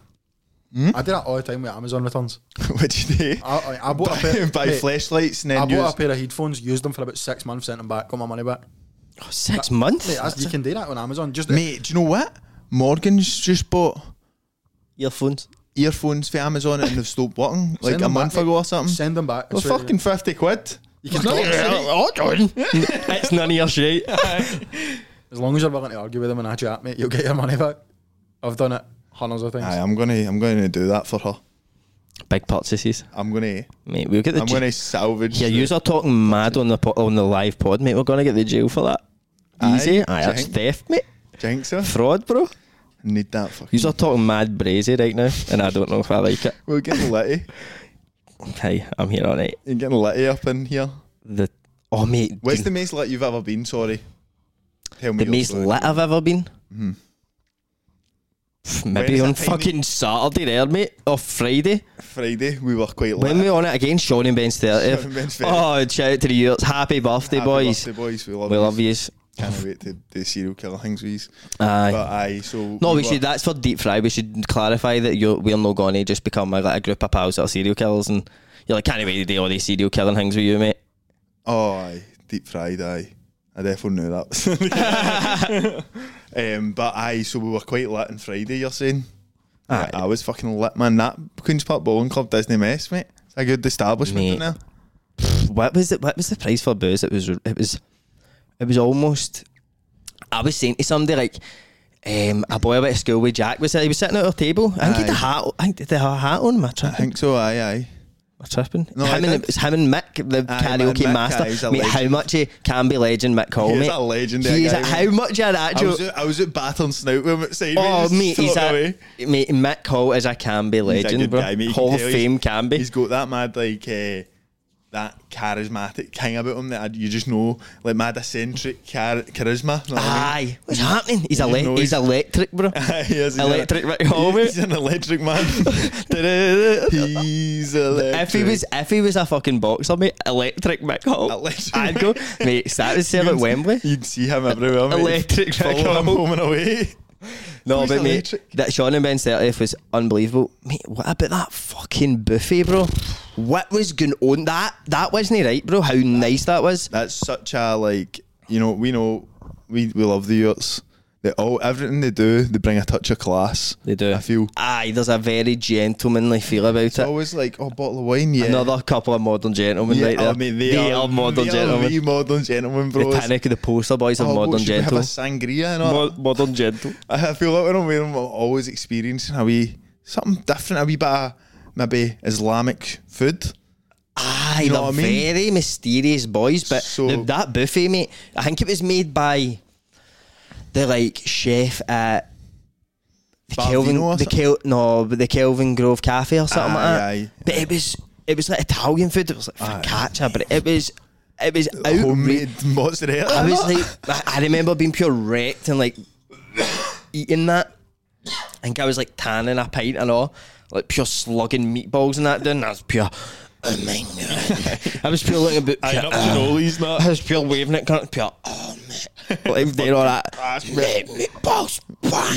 C: hmm?
E: I do that all the time with Amazon returns.
C: What'd you do?
E: I, I, I bought a
C: Buy,
E: pair,
C: buy
E: mate,
C: flashlights and then
E: I
C: use.
E: bought a pair of headphones, used them for about six months, sent them back, got my money back.
D: Oh, six months.
E: Mate, that's, you can do that on Amazon. Just
C: Mate, do you know what? Morgan's just bought
A: Earphones.
C: earphones for Amazon and they've stopped working
E: send
C: like a
E: them
C: month
E: back,
C: ago
E: mate.
C: or something.
E: Send them back. I
C: Well,
E: swear to
C: fucking
E: you.
C: 50 quid.
E: You can stop.
D: it's none of your shit.
E: As long as you're willing to argue with them and I chat, mate, you'll get your money back. I've done it hundreds of
C: Aye,
E: times.
C: I'm gonna, I'm gonna do that for her.
D: Big purchases,
C: I'm gonna,
D: mate. We'll get the.
C: I'm
D: j-
C: gonna salvage.
D: yeah, yous are talking mad on the po- on the live pod, mate. We're gonna get the jail for that.
C: Aye,
D: Easy, aye, that's
C: check.
D: theft, mate.
C: jinx her.
D: Fraud, bro.
C: Need that fucking.
D: Yous are talking mad brazy right now, and I don't know if I like it.
C: We're getting litty.
D: Hey, I'm here all right.
C: You're getting litty up in here.
D: The oh, mate,
C: Where's
D: the,
C: the most lit you've ever been? Sorry. Tell me
D: the
C: your
D: most
C: story.
D: lit I've ever been. Pff, Maybe
C: is
D: on
C: Hmm. the time that-
D: fucking Saturday there, mate, or Friday.
C: Friday we were quite
D: When we
C: lit.
D: on it again, Sean and Ben's 30th.
C: Sean and Ben's 30th.
D: oh, shout out to the years. Happy birthday,
C: Happy
D: boys.
C: birthday, boys. We love
D: We
C: yous.
D: love yous.
C: Can't wait to do serial killer things with yous.
D: Aye.
C: But aye, so
D: No, we
C: were-
D: should. That's for deep fry. We should clarify that you're, we're not going to just become a, like a group of pals that are serial killers, and you're like, can't wait to do all these serial killing things with you, mate.
C: Oh, aye, deep fried, aye. I definitely knew that. um, but aye, so we were quite lit on Friday. You're saying?
D: Aye.
C: I was fucking lit, man. That Queens Park Bowling Club Disney mess, mate. It's a good establishment
D: Mate.
C: in there.
D: What was it? What was the price for booze? It was. It was. It was almost. I was saying to somebody like. Um, a boy I went to school with Jack was he was sitting at our table. I think he had a
C: Aye.
D: hat. I think did they have a hat on. Am I
C: I
D: tripping?
C: think so. Aye, aye.
D: Am I tripping?
C: No, I
D: him and
C: think-
D: it's him and Mick, the
C: Aye, man,
D: karaoke
C: Mick, aye, he's
D: master.
C: a
D: Mate, how
C: legend.
D: much he can be legend, Mick Hall,
C: He is
D: mate.
C: a legendary
D: He's
C: guy,
D: a-
C: mate.
D: how much had
C: I
D: actual
C: was, at, I was at Baton Snout with him at Simon.
D: Oh,
C: He
D: mate,
C: just
D: he's
C: took me
D: a
C: away.
D: mate. Matt Hall is a Canby
C: He's a
D: legend,
C: good
D: bro.
C: guy, mate. You can
D: Hall of
C: tell he's-
D: Fame Canby.
C: He's got that mad like uh, that charismatic thing about him that I- you just know, like mad eccentric char- charisma. know what I mean?
D: Aye, what's happening? He's
C: You
D: ele-
C: know
D: he's
C: he's-
D: electric, bro.
C: he is, he's an-
D: Electric Rick Hall, mate.
C: He's an electric man. he's electric.
D: If he E was, if he was a fucking boxer, mate, electric Mick Hall,
C: Electric
D: I'd go, mate. That was him at Wembley.
C: you'd see him everywhere. mate.
D: Electric
C: Follow
D: Rick Hall.
C: him home and away.
D: No,
C: He's
D: but mate,
C: electric.
D: that Sean and Ben's 30th was unbelievable. Mate, what about that fucking buffet, bro? What was going on? That that wasn't right, bro. How nice that was.
C: That's such a like. You know, we know we we love the Yurts. They all everything they do, they bring a touch of class.
D: They do.
C: I feel
D: Aye, there's a very gentlemanly feel about it.
C: always like oh, bottle of wine. Yeah,
D: Another couple of modern gentlemen
C: Yeah,
D: right there.
C: I mean, they, are,
D: modern
C: they Are the
D: gentlemen.
C: modern gentlemen, bro.
D: the panic of the poster boys are
C: Oh,
D: modern
C: should we Have a
D: gentlemen.
C: sangria and all.
D: Mo- modern gentle.
C: I feel like when I'm wearing them, I'm always experiencing a wee something different, a wee bit of maybe Islamic food.
D: Aye,
C: You know
D: they're
C: what I mean?
D: very mysterious boys, but
C: So-
D: the- that buffet, mate, I think it was made by the like chef at the
C: Bavino or
D: Kelvin, the
C: something?
D: Kel, no, but the Kelvin Grove Cafe or something like that.
C: Aye, aye,
D: but it was it was like Italian food. It was like focaccia, but it was it was outrageous.
C: Homemade mozzarella.
D: I was like, I I remember being pure wrecked and like eating that. I think I was like tanning a pint and all, like pure slugging meatballs and that. Then I was pure. Oh my god! I was pure looking about. Pure,
C: cannolis,
D: uh, I was pure waving it, kind of pure. Oh mate, like they all that. Mate, meatballs. fuck.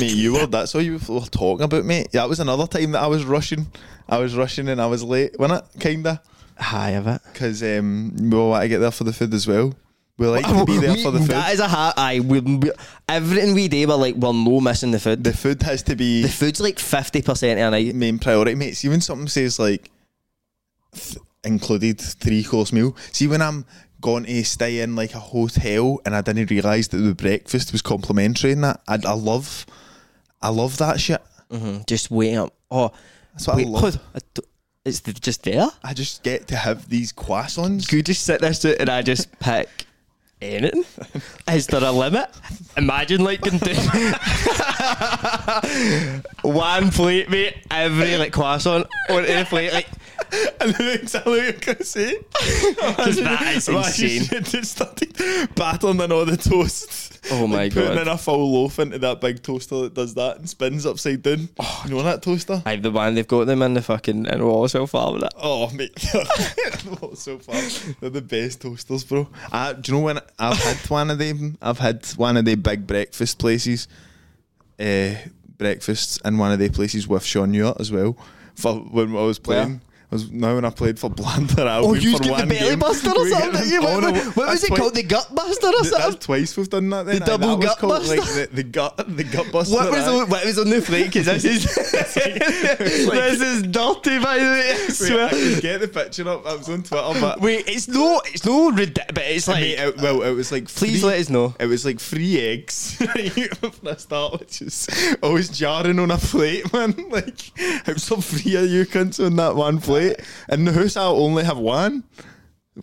C: Mate, you were. That's all you were talking about, mate. That was another time that I was rushing. I was rushing and I was late, wasn't it? Kinda,
D: Hi of it.
C: because um, we all want to get there for the food as well. We like to be there
D: We-
C: for the food.
D: That is a hat. Aye, we, we, everything we do, we're like we're no missing the food.
C: The
D: The,
C: food has to be
D: food's like fifty percent of a night.
C: main priority, mate. See when something says like th- included three course meal. See when I'm going to stay in like a hotel and I didn't realise that the breakfast was complimentary and that I, I love, I love that shit.
D: Just waiting up. Oh,
C: That's what I love.
D: hold- I d- it's th- just there.
C: I just get to have these croissants.
D: Could you just sit this out and I just pick anything? Is there a limit? Imagine like can do one plate, mate. Every like croissant on any plate, like
C: and then exactly what you're gonna say.
D: because that is
C: Imagine
D: insane.
C: you just started battling on all the toast.
D: Oh my
C: Like putting
D: God.
C: in a full loaf into that big toaster that does that and spins upside down.
D: Oh,
C: you know that toaster?
D: I the one they've got them in the fucking in Wallace so far with that.
C: Oh mate, Oh, so far they're the best toasters, bro. I, do you know when I've had one of them? I've had one of the big breakfast places, uh, breakfasts in one of the places with Sean Ewart as well. For when I was playing, I was now when I played for Blander. I
D: Oh,
C: went
D: you
C: for
D: get
C: one
D: the belly
C: game.
D: buster or
C: We
D: something?
C: get-
D: didn't you?
C: Oh,
D: What,
C: no,
D: what was
C: that's
D: it
C: twi-
D: called? The gut buster or
C: Th-
D: something?
C: That's twice we've done that. Then aye,
D: double
C: that was
D: gut
C: called, like,
D: buster?
C: the, the gut, the gut buster.
D: What was,
C: aye.
D: on, what was on the plate? Because this is this is dirty, by the way. I
C: Wait,
D: swear.
C: I can get the picture up. I was on Twitter, but
D: Wait, it's no, it's no, ridi- but it's like.
C: Mate, it- well, it was like
D: Please
C: three-
D: let us know.
C: It was like three eggs right, from the start, which is always jarring on a plate, man. Like, how some three of you cunts on that one plate? In the house, I only have one.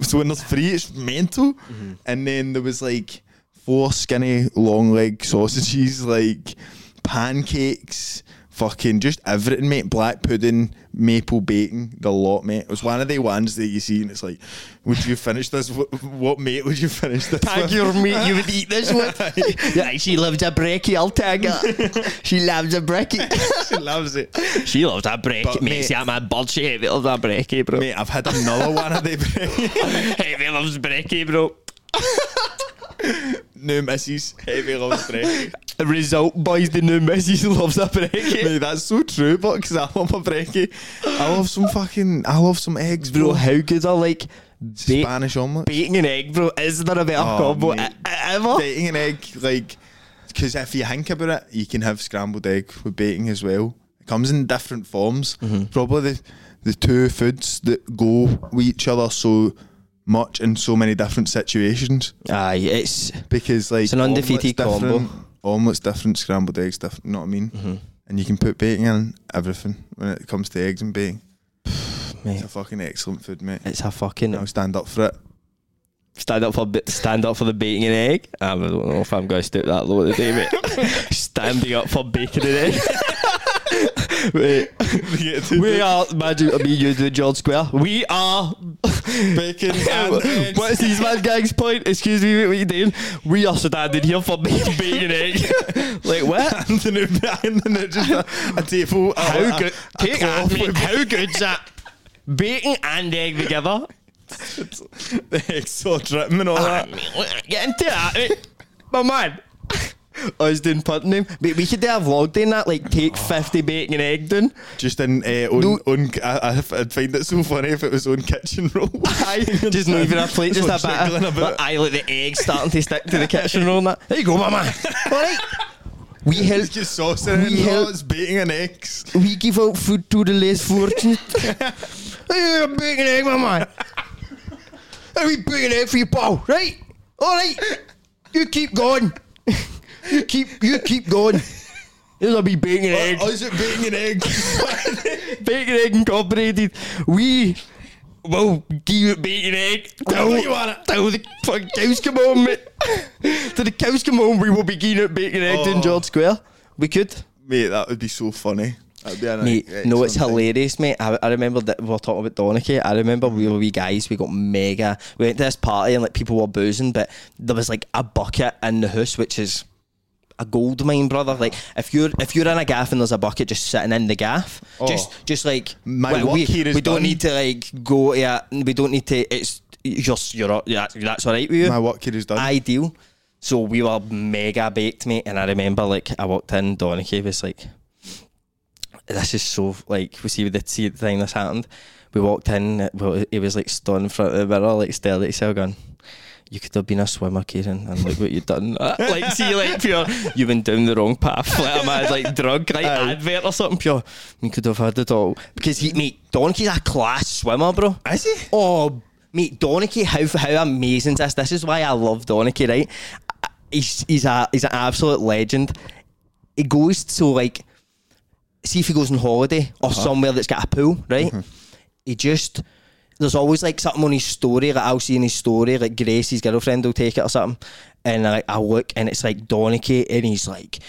C: So when there's three, it's mental. And then there was like four skinny long leg sausages, like pancakes, fucking just everything, mate. Black pudding, maple bacon, the lot, mate. It was one of the ones that you see, and it's like, would you finish this? What, what mate would you finish this?
D: Tag
C: with?
D: your meat, you would eat this one. yeah, she loves a brekkie, I'll tag her. She loves a brekkie.
C: She loves it.
D: she loves a brekkie,
C: But,
D: mate.
C: mate-
D: See, I'm a bud, she heavy loves a brekkie, bro.
C: Mate, I've had another one of the
D: Heavy loves brekkie, bro.
C: new missus. Heavy loves brekkie.
D: Result, boys, the new missus loves a brekkie.
C: Mate, that's so true, but because I love a brekkie. I love some fucking, I love some eggs,
D: Bro,
C: bro.
D: how good are like ba-
C: Spanish omelette.
D: bacon and egg, bro? Is there a better
C: Oh,
D: combo
C: mate.
D: e- ever?
C: Dating an egg, like, because if you think about it, you can have scrambled egg with baiting as well. It comes in different forms. Probably the, the two foods that go with each other so much in so many different situations.
D: Aye, it's
C: Because, like,
D: It's an undefeated
C: omelettes
D: combo. Mm-hmm.
C: different, Omelettes different, scrambled eggs different, you know what I mean? And you can put baiting in everything when it comes to eggs and baiting.
D: mate,
C: It's a fucking excellent food, mate.
D: it's a fucking
C: I'll stand up for it.
D: stand up for ba- stand up for the bacon and egg. Ah, I don't know if I'm going to stoop that low today, mate. Standing up for bacon and egg. Wait, we are imagine me you do George Square. We are
C: Bacon and eggs.
D: What's these mad gang's point? Excuse me, what are you doing? We are standing here for bacon, bacon and egg. like what?
C: and then it, and then it just a, a table. a-
D: How
C: a-
D: good?
C: a
D: Take that,
C: cloth
D: mate.
C: with
D: How good's that? Bacon and egg together.
C: the hexaw trim
D: Ah.
C: and all that.
D: Get into that, mate. my man. I was doing Putnam. But we could do a vlog doing that, like take 50 bacon and egg down.
C: Just in uh, own,
D: No.
C: own I, I, I'd find it so funny if it was own kitchen roll.
D: Aye, just not even a plate, just a bit.
C: Jiggling
D: Of,
C: about.
D: like, aye, like the egg starting to stick to the kitchen roll and that. There you go, my man. All right. We help.
C: It's just sauce in it.
D: We
C: and all,
D: help-
C: It's baiting an eggs.
D: We give out food to the less fortunate. hey, a bacon and egg, my man. Hey, we bacon and egg for you, pal. Right? All right. You keep going. you keep. You keep going. Here's a wee bacon and egg.
C: Oh, is it baiting an egg?
D: Bacon Egg Incorporated. We will give you Bacon Egg. Tell,
C: you want it.
D: till the fucking cows come home, mate. till the cows come home, we will be giving out Bacon Egg in
C: Oh.
D: George Square. We could.
C: Mate, that would be so funny. That'd be an
D: Mate,
C: ex-
D: no, it's
C: excellent thing.
D: hilarious, mate. I, I remember that we were talking about Donicky. I remember
C: Mm-hmm.
D: we were wee guys. We got mega. We went to this party and like people were boozing, but there was like a bucket in the house, which is a gold mine, brother. Like
C: Ah.
D: if you're if you're in a gaff and there's a bucket just sitting in the gaff, just just like
C: Oh. My
D: well,
C: work
D: we,
C: here is
D: we don't
C: done.
D: need to like go. Yeah, we don't need to. It's just you're yeah, that's all right with you
C: My work here is done.
D: ideal. So we were mega baked, mate. And I remember, like, I walked in, Donaghy was like, this is so, like, we see with the tea the time this happened. We walked in, it- well, he was like stunned in front of the mirror, like, stared at himself, going, you could have been a swimmer, Kieran, and like what you've done. like, see, like, pure, you've been down the wrong path. Like, a man, like, drug, like, advert or something, pure. You could have had it all. Because, he, mate, Donicky's a class swimmer, bro.
C: Is he?
D: Oh, mate, Donicky, how how amazing is this? This is why I love Donicky, right? He's he's a he's an absolute legend. He goes to like, see if he goes on holiday or somewhere that's got a pool, right? He just there's always like something on his story that I'll see in his story, like Grace, his girlfriend will take it or something, and like I look and it's like Donicky, and he's like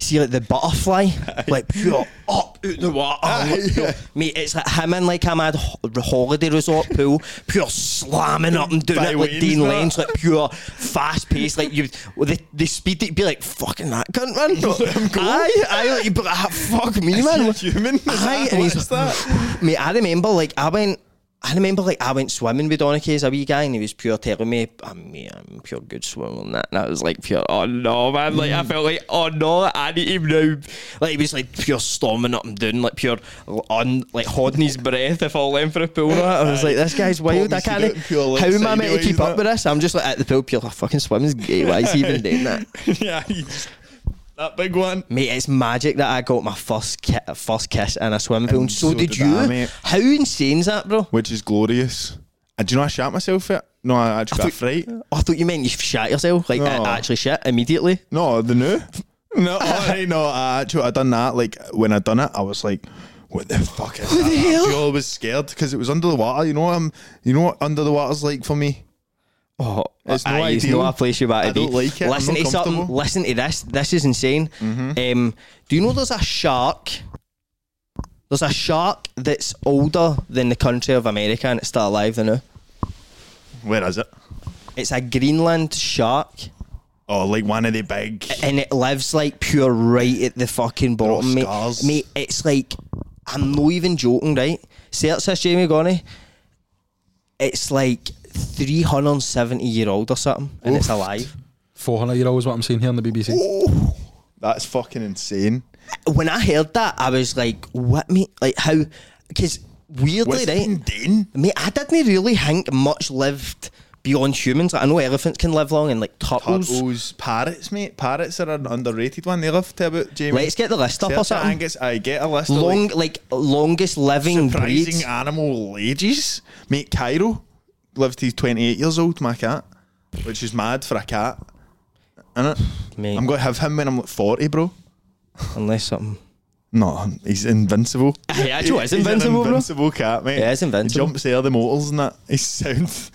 D: see like the butterfly, like pure up out the water,
C: Aye,
D: like, pure-
C: yeah.
D: mate. It's like him in like a mad ho- holiday resort pool, pure slamming up and down
C: By
D: it like
C: Wayne's
D: Dean
C: that.
D: Lane's, like pure fast paced, like you well, the, the speed that you'd be like fucking that cunt man. Aye, aye, like you'd be like, "Ah, fuck me
C: Is
D: man.
C: he a human? Is
D: Aye,
C: that-
D: and he's
C: what's
D: like, Mate, I remember like I went. I remember like I went swimming with Donachie as a wee guy, and he was pure telling me, "I'm, mate, I'm pure good swimmer," and that, and I was like, "Pure, oh no, man!" Like
C: Mm.
D: I felt like, "Oh no, I need him now." Like he was like pure storming up and down, like pure on, like holding his breath if I went for a pool. Or that. I was like, "This guy's wild. I
C: Promise you
D: can't.
C: don't pure, like,
D: How am I meant to
C: sideways,
D: keep up
C: innit?
D: with this?" I'm just like at the pool, pure like, fucking swimming's gay. Why is he even doing that?
C: yeah, he's that big one.
D: Mate, it's magic that I got my first ki- first kiss in a swimming pool. And so,
C: so
D: did,
C: did
D: you?
C: I, mate.
D: How insane is that, bro?
C: Which is glorious. And do you know I shat myself at? No, I actually got a fright.
D: I thought you meant you shat yourself, like
C: No.
D: uh, actually shit immediately.
C: No, the new. No, alright, no, I actually I done that. Like when I done it, I was like, "What the fuck is that?"
D: the hell?
C: I was scared because it was under the water. You know, I'm. You know what under the water's like for me.
D: Oh,
C: It's no
D: aye, it's
C: ideal.
D: not a place you're about to
C: I
D: be.
C: don't like it. I'm
D: Listen
C: not
D: to something.
C: comfortable. Mm-hmm.
D: Listen to this. This is insane. Um, do you know there's a shark? There's a shark that's older than the country of America, and it's still alive. You know,
C: Where is it?
D: it's a Greenland shark,
C: Oh, like one of the big.
D: and it lives like pure right at the fucking bottom, mate.
C: scars.
D: Mate, it's like I'm not even joking, right? Search this, Jamie Gonny. It's like 370 year old or something, and it's alive.
E: 400 year old is what I'm seeing here on the BBC.
C: Oh, that's fucking insane.
D: When I heard that, I was like, "What, mate? Like how?" Because weirdly,
C: What's
D: right?
C: been done?
D: Mate, I didn't really think much lived beyond humans. Like, I know elephants can live long, and like turtles.
C: Turtles, parrots, mate. Parrots are an underrated one. They love to about Jamie.
D: Let's get the list up
C: Search
D: or
C: that
D: something.
C: Angus, I get a list. of
D: Long,
C: like,
D: like longest living
C: surprising
D: breeds.
C: animal ages. Mate, Cairo lived till he's 28 years old, my cat, which is mad for a cat. Innit?
D: Mate,
C: uh, I'm going to have him when I'm like 40, bro.
D: unless something.
C: No, he's invincible.
D: Hey, actually, it's
C: He's an
D: invincible, bro.
C: invincible cat, mate.
D: Yeah, it's invincible.
C: He jumps out of the mortals and that. He's sound.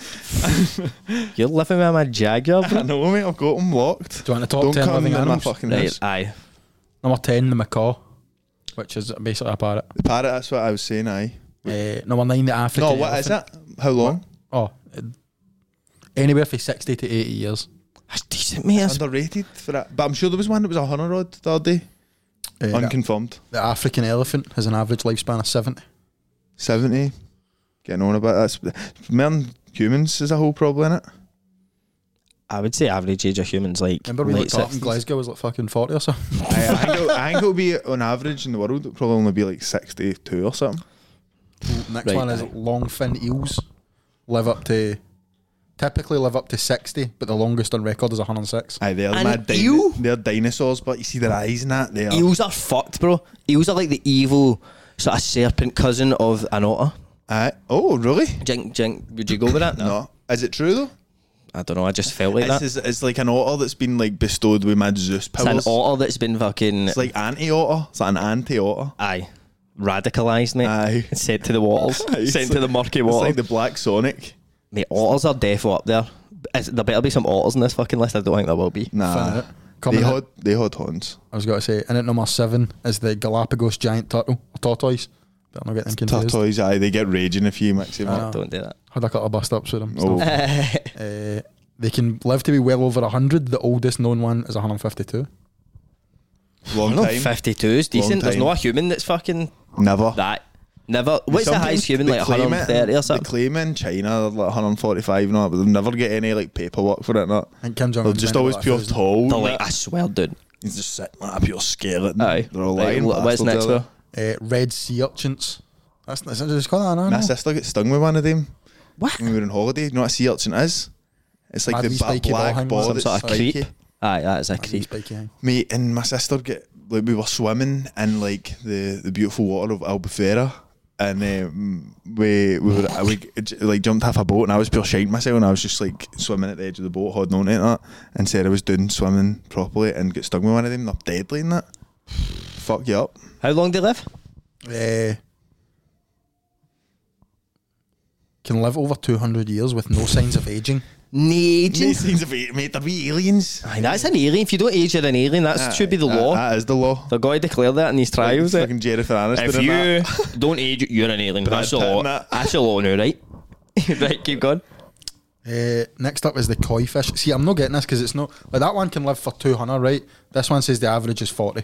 D: You're living with my jaguar, bro.
C: I know, mate. I've got him locked.
E: Do you want to top
C: Don't
E: 10
C: come
E: living
C: in my
E: animals?
C: fucking
D: Right,
C: house.
D: aye.
E: Number 10, the macaw, which is basically a parrot.
C: Parrot, that's what I was saying, aye.
E: Uh, number 9, the African.
C: No, what is
E: elephant.
C: it? How long?
E: Oh, uh, anywhere from 60 to 80 years.
D: That's decent, mate. That's
C: Underrated for that. But I'm sure there was one that was a hunter rod the other day.
E: Uh, the,
C: Unconfirmed.
E: the African elephant has an average lifespan of 70.
C: 70. Getting on about that. Men, humans is a whole problem, innit?
D: I would say average age of humans like
E: Remember we
D: late
E: looked up in
D: 60s.
E: Glasgow was like fucking 40 or something?
C: I, I, think it'll, I think it'll be on average in the world, it'll probably only be like 62 or something.
E: Next
D: Right,
E: one is
D: aye.
E: long fin eels live up to, typically live up to 60, but the longest on record is 106.
C: Aye, they're
D: An
C: mad dino-
D: eel?
C: They're dinosaurs, but you see their eyes and that. They are.
D: Eels are fucked, bro. Eels are like the evil sort of serpent cousin of an otter.
C: Aye. Oh, really?
D: Jink, jink. Would you go with that?
C: No. Is it true though?
D: I don't know. I just felt like
C: It's,
D: that.
C: it's, it's like an otter that's been like bestowed with mad Zeus
D: It's an
C: powers.
D: otter that's been fucking
C: It's like anti otter. It's like an anti otter.
D: aye radicalised, mate.
C: Aye.
D: And sent to the waters,
C: It's
D: sent to
C: like-
D: the murky
C: It's
D: waters.
C: like the Black Sonic.
D: mate, otters are defo up there. Is- there better be some otters in this fucking list. I don't think there will be.
C: Nah.
E: Finite.
C: They
E: Coming in-
C: had, they had horns.
E: I was going to say, in at number seven is the Galapagos giant turtle, or tortoise. But I'm not getting confused.
C: Tortoise, aye, they get raging if you mix them
E: I
C: up.
E: know.
D: Don't do that.
E: Had a couple of bust ups with
D: Ah.
E: them.
C: Oh.
E: Uh, they can live to be well over 100. The oldest known one is 152.
C: Long
D: No,
C: time.
D: fifty-two is decent. There's
C: time.
D: no a human that's fucking
C: Never.
D: that. Never. What's the
C: Sometimes
D: highest human?
C: they
D: Like
C: claim it and
D: 130 or something.
C: They claim in China they're like 145 and all, but they'll never get any like paperwork for it. Not.
E: And Kim Jong
C: They're
E: Un
C: just always pure tall.
D: They're
C: and
D: like,
C: that.
D: Oh, I swear, dude.
C: He's just sitting like a pure skeleton.
D: Aye.
C: They're all
D: Right,
C: lying.
D: wh- what's
C: bastards,
D: next,
C: are they?
D: though?
E: Uh, Red sea urchins. That's that's what it's called.
C: My
E: I know.
C: sister got stung with one of them
D: What?
C: when we were on holiday. You know what a sea urchin is? It's like
E: Mad
C: the
E: wee
C: ba-
E: spiky ball
C: black
E: hanging
C: ball
E: some
C: that's
D: sort of
C: spiky.
D: creep. Aye, that is a creep.
E: Spiky, aye.
C: Mate, and my sister get like we were swimming in like the, the beautiful water of Albufeira, and um, we we were I- we j- like jumped off a boat, and I was pure shitting myself, and I was just like swimming at the edge of the boat, holding on to it, and, that, and Sarah was doing swimming properly, and got stung with one of them. They're deadly in that. Fuck you up.
D: How long do they live?
E: Uh, can live over 200 years with no signs of aging.
D: nae aging.
C: These things are wee- mate, they're wee aliens.
D: Aye, that's an alien. If you don't age, you're an alien. That should be the
C: That-
D: law.
C: That is the law.
D: They're going to declare that in these trials. eh?
C: Fucking Jennifer Aniston.
G: If
C: and that.
G: you don't age, you're an alien. That's a
C: Pitt
G: law.
C: and that.
G: That's a law now, right? right, keep going.
E: Uh, next up is the koi fish. See, I'm not getting this because it's not like that one can live for 200, right? This one says the average is 40.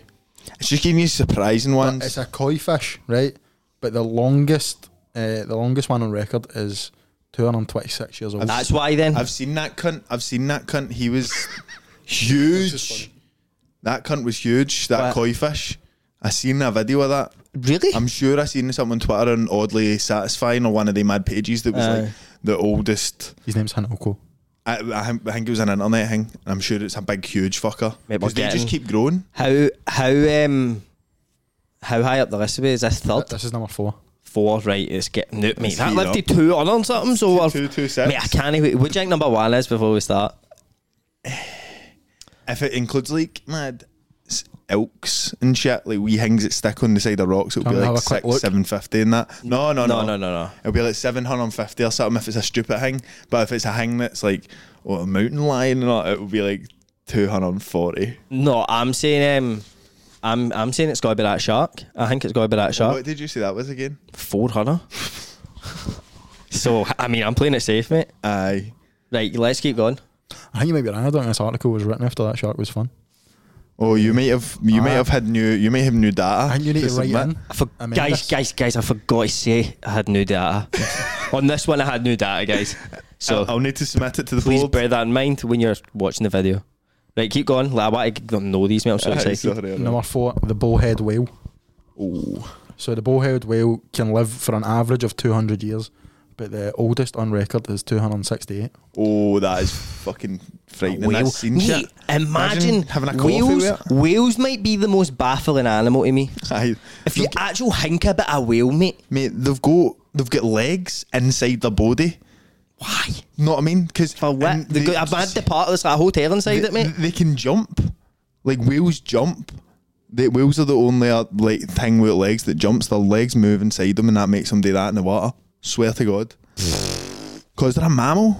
C: It's just giving you surprising ones.
E: Uh, It's a koi fish, right? But the longest, uh, the longest one on record is 226 years old.
D: That's why then.
C: I've seen that cunt. I've seen that cunt. He was huge. That cunt was huge. That
D: What?
C: koi fish. I seen a video of that.
D: really?
C: I'm sure I seen something on Twitter and oddly satisfying or one of the mad pages that was like
D: Aye.
C: the oldest.
E: His name's Hanoko.
C: I, I, think- I think it was an internet thing. and I'm sure it's a big, huge fucker.
D: Mate, we're
C: Because they
D: getting-
C: just keep growing.
D: How how um how high up the list are we? Is this third?
E: This is number four.
D: Four, right? It's getting out, mate.
C: Let's
D: That
C: heat
D: lived to
C: up.
D: two on or something. So we're-
C: Two, two, six.
D: Mate, I can't. even- What do you think number one is before we start?
C: If it includes like mad s- elks and shit, like wee things that stick on the side of rocks, it'll
E: Can
C: be
E: we
C: like
E: have a quick
C: six,
E: look?
C: seven fifty and that. No, no, no,
D: No, no, no, no.
C: It'll be like seven hundred and fifty or something if it's a stupid thing. But if it's a thing that's like oh, a mountain lion and all, it'll be like two hundred and forty.
D: No, I'm saying um, I'm I'm saying it's got to be that shark. I think it's got to be that shark.
C: What did you say that was again?
D: Four hundred. so I mean, I'm playing it safe, mate.
C: Aye.
D: Right, let's keep going.
E: I think you might be right. I don't think this article was written after that shark was fun.
C: Oh, you might have you might
D: Ah.
E: Aye.
C: have had new you may have new data.
E: I think you need to write
C: submit.
E: in.
D: I for-
E: I mean,
D: guys,
E: this-
D: guys, guys, I forgot to say I had new data. On this one, I had new data, guys. So
C: I'll need to submit it to the
D: please
C: board.
D: bear that in mind when you're watching the video. Right, keep going. Like, I want to g- know these, mate. I'm so
C: Aye,
D: excited.
C: sorry, I know.
E: Number four, the bullhead whale.
C: Oh.
E: So the bullhead whale can live for an average of 200 years, but the oldest on record is 268.
C: Oh, that is fucking frightening.
D: Whale-
C: That's seen
D: Mate,
C: shit.
D: imagine,
C: having a coffee
D: whales.
C: with it.
D: Whales might be the most baffling animal to me.
C: Aye.
D: If you actually think about a whale, mate,
C: Mate, they've got they've got legs inside their body.
D: why?
C: You know what I mean? Because
D: For what? They, go, I've had the part of this like, hotel inside it, mate.
C: They can jump. Like whales jump. They, whales are the only uh, like thing with legs that jumps. Their legs move inside them, and that makes them do that in the water. Swear to God. Because they're a mammal.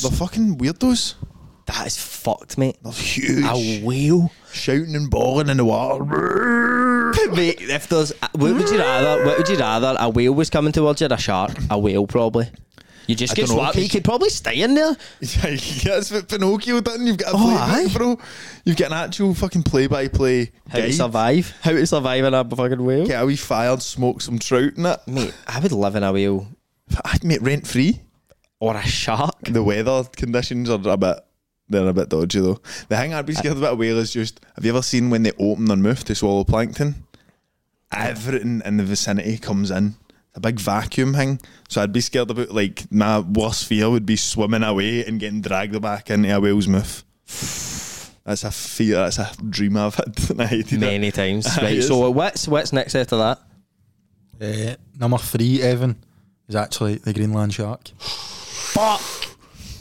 C: They're fucking weirdos.
D: That is fucked, mate.
C: They're huge.
D: A whale.
C: Shouting and bawling in the water.
D: Mate, if there's, what would you rather? What would you rather? A whale was coming towards you, or a shark? A whale, probably. You just get
C: dunno,
D: swapped. You
C: cause-
D: could probably stay in there.
C: Yeah, that's what Pinocchio done. You've got a
D: Oh,
C: playbook,
D: aye.
C: bro. You've got an actual fucking play-by-play
D: How to
C: guide.
D: survive? How to survive in a fucking whale?
C: Get a wee fired, smoke some trout in it.
D: Mate, I would live in a whale
C: I'd make rent free.
D: or a shark.
C: The weather conditions are a bit they're a bit dodgy though. The thing I'd be scared about a whale is just have you ever seen when they open their mouth to swallow plankton? Everything in the vicinity comes in. A big vacuum thing. So I'd be scared about like my worst fear would be swimming away and getting dragged back into a whale's mouth. That's a fear, that's a dream I've had and I hated it.
D: Many times. Right.
C: Yes.
D: So what's what's next after that?
E: Uh, number three, Evan, is actually the Greenland shark.
D: Fuck.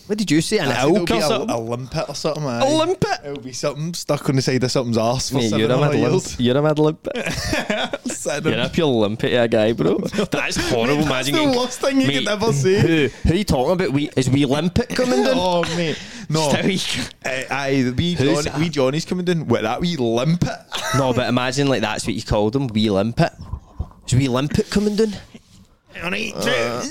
D: What did you say? An
C: I think
D: elk
C: it'll
D: or
C: be
D: something?
C: A, a limpet or something. aye.
D: A limpet?
C: It'll be something stuck on the side of something's arse for
D: Mate,
C: seven
D: you're a mad
C: hundred
D: limp.
C: years.
D: You're a mad limp.
C: Seven
D: You're a pure limpet, yeah, guy, bro. That's horrible.
C: That's
D: Imagine
C: the
D: you-
C: worst thing you
D: Mate,
C: could ever say.
D: Who, who are you talking about? We is we limpet coming down?
C: oh mate, no.
D: Just how
C: Aye,
D: he-
C: aye, wee,
D: Who's
C: Johnny, wee Johnny's coming down with that wee limpet.
D: No, but imagine like that's what you called him, wee limpet. Is wee limpet coming down?
C: Uh,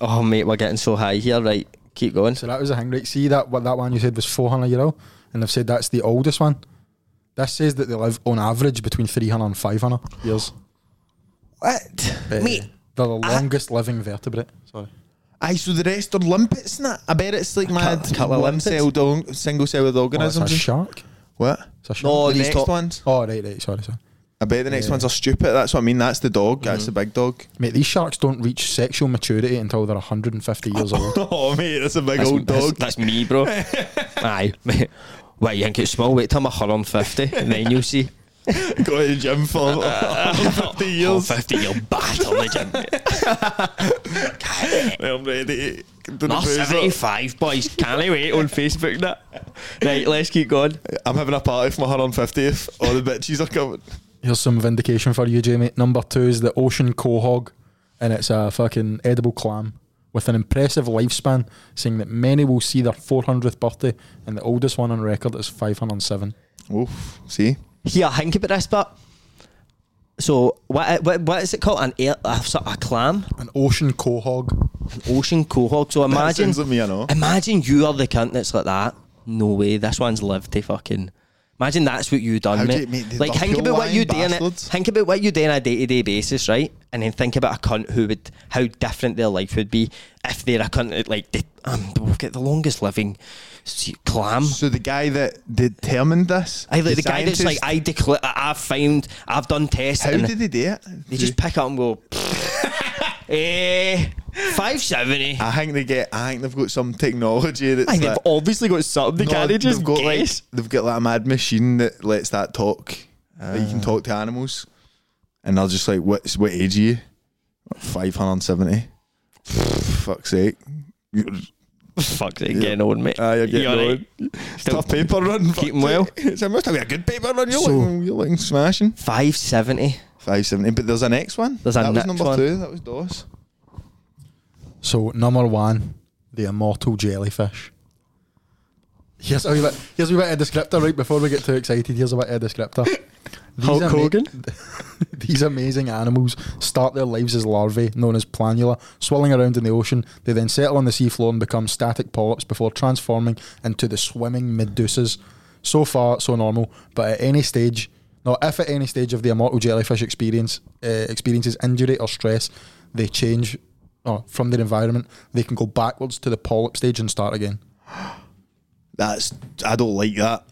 D: Oh mate, we're getting so high here. Right, keep going.
E: So that was a thing, right? See that what that one you said was 400 year old, and they've said that's the oldest one. This says that they live on average between 300 and 500 years.
C: what?
E: Uh,
D: Mate,
E: They're the longest living vertebrate. Sorry.
C: Aye, so the rest are limpets, and that. I bet it's like mad
D: couple of limpets.
C: one-celled, or- single-celled
E: That's a
C: organisms.
E: shark.
C: what?
E: It's a shark.
D: No,
C: the
D: these
C: next
D: top-
C: ones.
E: Oh, right, right. Sorry, sorry.
C: I bet the next ones are stupid. That's what I mean. That's the dog. That's the big dog.
E: Mate, these sharks don't reach sexual maturity until they're 150 years old.
C: Oh mate, that's a big
D: That's,
C: old
D: that's-
C: dog.
D: that's me, bro. Aye, mate. Wait, you think it's small? Wait till I'm 150, and then you'll see.
C: Go to the gym for 50 years.
D: 150, you're bad on the gym. Can't-
C: I'm ready.
D: Not 75, boys. Can't I wait on Facebook that? Right, let's keep going.
C: I'm having a party for my 150th. All the bitches are coming.
E: Here's some vindication for you, Jamie. Number two is the ocean quahog, and it's a fucking edible clam with an impressive lifespan, saying that many will see their 400th birthday, and the oldest one on record is 507.
C: Oof. See?
D: Here, think about this, but so what? What, what is it called? An air, a, sort of a clam,
E: An ocean quahog.
D: an ocean quahog. So
C: That
D: imagine,
C: sounds like me, I know.
D: imagine you are the cunt that's like that. No way. This one's lived to fucking. Imagine that's what you done,
C: How do
D: mate.
C: you make the
D: like think
C: uphill
D: about what
C: line,
D: you do in it.
C: bastards?
D: Think about what you do on a day to day basis, right? And then think about a cunt who would how different their life would be if they're a cunt that, like they, um, we've got the longest living see, clam.
C: So the guy that determined this,
D: I like the, guy that's like
C: scientist,
D: I declare I've found I've done tests
C: how
D: and
C: did he do it?
D: they just pick up and go eh, five seventy.
C: I think they get. I think they've got some technology that's.
H: I think
C: like,
H: they've obviously got something. They
C: No,
H: can't they just
C: they've got like
H: guess?
C: they've got like a mad machine that lets that talk. Like,
H: Ah.
C: you can talk to animals, and they're just like, "What's what age are you? Five hundred seventy. Fuck's sake." You're,
H: Fuck, they getting old, mate.
C: Ah, you're getting
H: all right? Still
C: tough paper run.
H: keep
C: fuck's
H: 'em well.
C: sake. It's must have been a good paper run. You're,
D: So-
C: looking, you're looking smashing.
D: Five seventy.
C: Five seventy. But there's a next one.
D: There's a
C: that
D: next
C: was number
D: one.
C: two. That was DOS.
E: So number one, the immortal jellyfish. Here's a wee bit. Here's a wee bit of a descriptor. Right before we get too excited, here's a bit of a descriptor. These
H: Hulk
E: ama-
H: Hogan?
E: these amazing animals start their lives as larvae, known as planula, swirling around in the ocean. They then settle on the seafloor and become static polyps before transforming into the swimming medusas. So far, so normal, but at any stage, no, if at any stage of the immortal jellyfish experience uh, experiences injury or stress, they change or from their environment. They can go backwards to the polyp stage and start again.
C: That's I don't like that.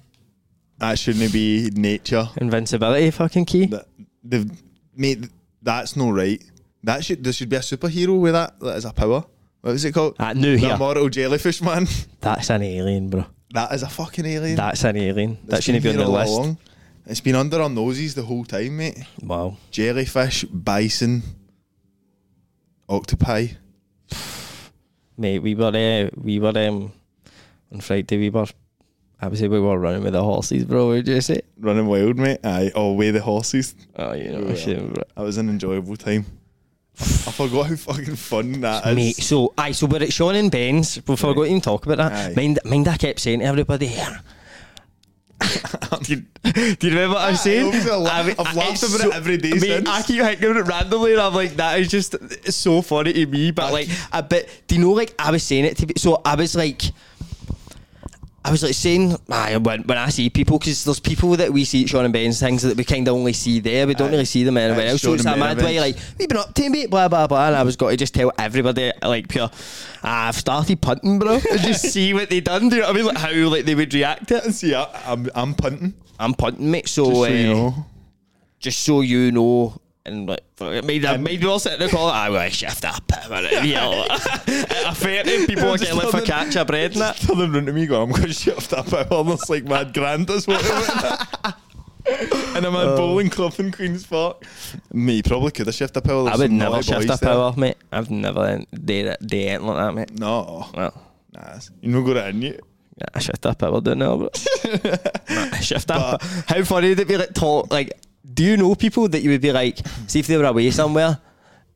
C: That shouldn't be nature.
D: Invincibility fucking key.
C: That they've made. That's no right. That should there should be a superhero with that. That is a power. What is it called?
D: That new
C: The
D: here.
C: immortal jellyfish man.
D: Ah, That's an alien, bro.
C: That is a fucking alien.
D: That's an alien. That
C: It's
D: shouldn't be
C: been
D: on
C: here
D: the
C: all
D: list.
C: along. It's been under our noses the whole time, mate.
D: Wow.
C: Jellyfish, bison, octopi.
D: Mate, we were uh, we were um on Friday we were I would say we were running with the horses, bro, would you say?
C: Running wild, mate. Aye, all way the horses.
D: Oh you
C: We
D: know what
C: were.
D: I'm saying, bro.
C: That was an enjoyable time. I forgot how fucking fun that is.
D: Mate, so aye, so we're at Sean and Ben's. We forgot to even talk about that.
C: Aye.
D: Mind, mind, I kept saying to everybody,
H: Do you remember what
C: Ah,
H: I'm saying?
C: always laugh-
H: mean,
C: I've laughed
H: it's
C: about it every day
H: mate,
C: since.
H: I keep thinking about it randomly, and I'm like, that is just it's so funny to me. But like, I bit.
D: do you know like I was saying it to be so I was like I was like saying aye, when, when I see people because there's people that we see at Sean and Ben's things that we kind of only see there we don't
C: Aye.
D: really see them anywhere
C: Aye,
D: else so
C: Sean
D: it's
C: and
D: a mad
C: Ben
D: way like
C: events.
D: we've been up to mate blah blah blah and I was got to just tell everybody like pure I've started punting bro and just see what they done do you know what I mean like how like they would react to it
C: See, I, I'm I'm punting.
D: I'm punting mate so,
C: Just so
D: uh,
C: you know.
D: just so you know. And like, fuck, it made,
C: Um,
D: made me all sit there call I will shift up. I fair to people are getting like for catch a bread and that.
C: Just turning round to me going, I'm going to shut off that power. Almost like Mad Grand is what it was. And I'm
D: Oh.
C: at bowling club in Queen's Park. Me, probably could have shifted a power.
D: I
C: There's
D: would
C: some
D: never
C: naughty
D: shift
C: boys
D: a
C: there.
D: power, mate. I've never did they ain't like that, mate.
C: No.
D: Well,
C: Nah, you're not good at it.
D: yeah, I shift up power don't know, but I shift up. How funny would it be like talk like do you know people that you would be like see if they were away somewhere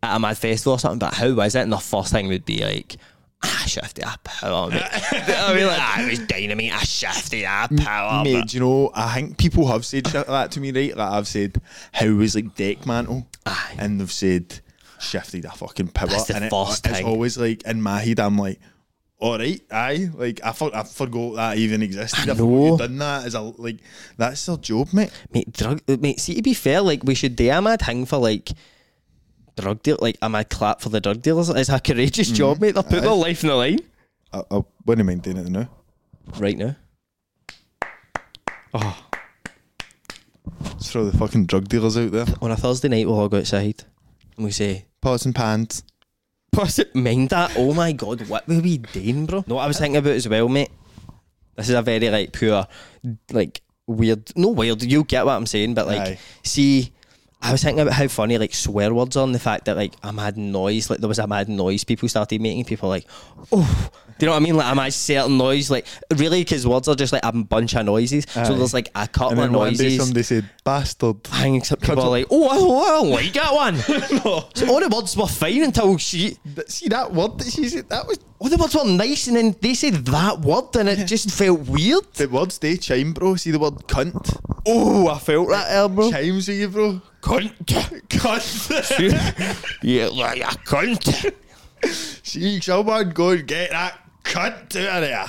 D: at a mad festival or something, but how was it? And the first thing would be like "Ah, I shifted up power, mate. I mean, like, I was dynamite. I shifted up power, mate.
C: Mate, do you know, I think people have said shit like that to me, right? Like I've said, how was like deck mantle?
D: Aye.
C: And they've said, shifted a fucking power.
D: That's the
C: and
D: first
C: it, it's
D: thing.
C: always like, in my head, I'm like, all right, aye. Like, I, for, I forgot that even existed. I, forgot
D: know.
C: you'd done that. As a, like, that's their job, mate.
D: mate, drug, mate. See, to be fair, like we should do a mad thing for like drug deal, like a mad clap for the drug dealers. It's a courageous job, mate. They're putting their life in the line
C: I, I wouldn't mind doing it now.
D: right now.
C: Let's throw the fucking drug dealers out there.
D: On a Thursday night, we'll all go outside and we say,
C: Pots and pans.
D: "Puss it, mind that." Oh my god, what were we doing, bro? No, I was thinking about as well, mate. This is a very like pure, like weird. No weird. You get what I'm saying, but like,
C: Aye.
D: see. I was thinking about how funny like swear words are and the fact that like a mad noise, like there was a mad noise people started making, people like, oh, Do you know what I mean? Like, I'm a certain noise. Like, really, because words are just like a bunch of noises. So
C: Aye.
D: there's like a
C: And
D: couple of
C: then one day
D: noises.
C: somebody said, bastard.
D: Hanging some people are like, oh, I, oh, I like that one. so all the words were fine until she,
C: Th- See that word that she said? That was
D: all the words were nice, and then they said that word, and it just felt weird.
C: the words they chime, bro. See the word cunt?
D: Oh, I felt that there, bro.
C: Chimes with you, bro.
D: Cunt.
C: Cunt.
D: yeah, like a cunt.
C: See, someone go and get that cunt out of there.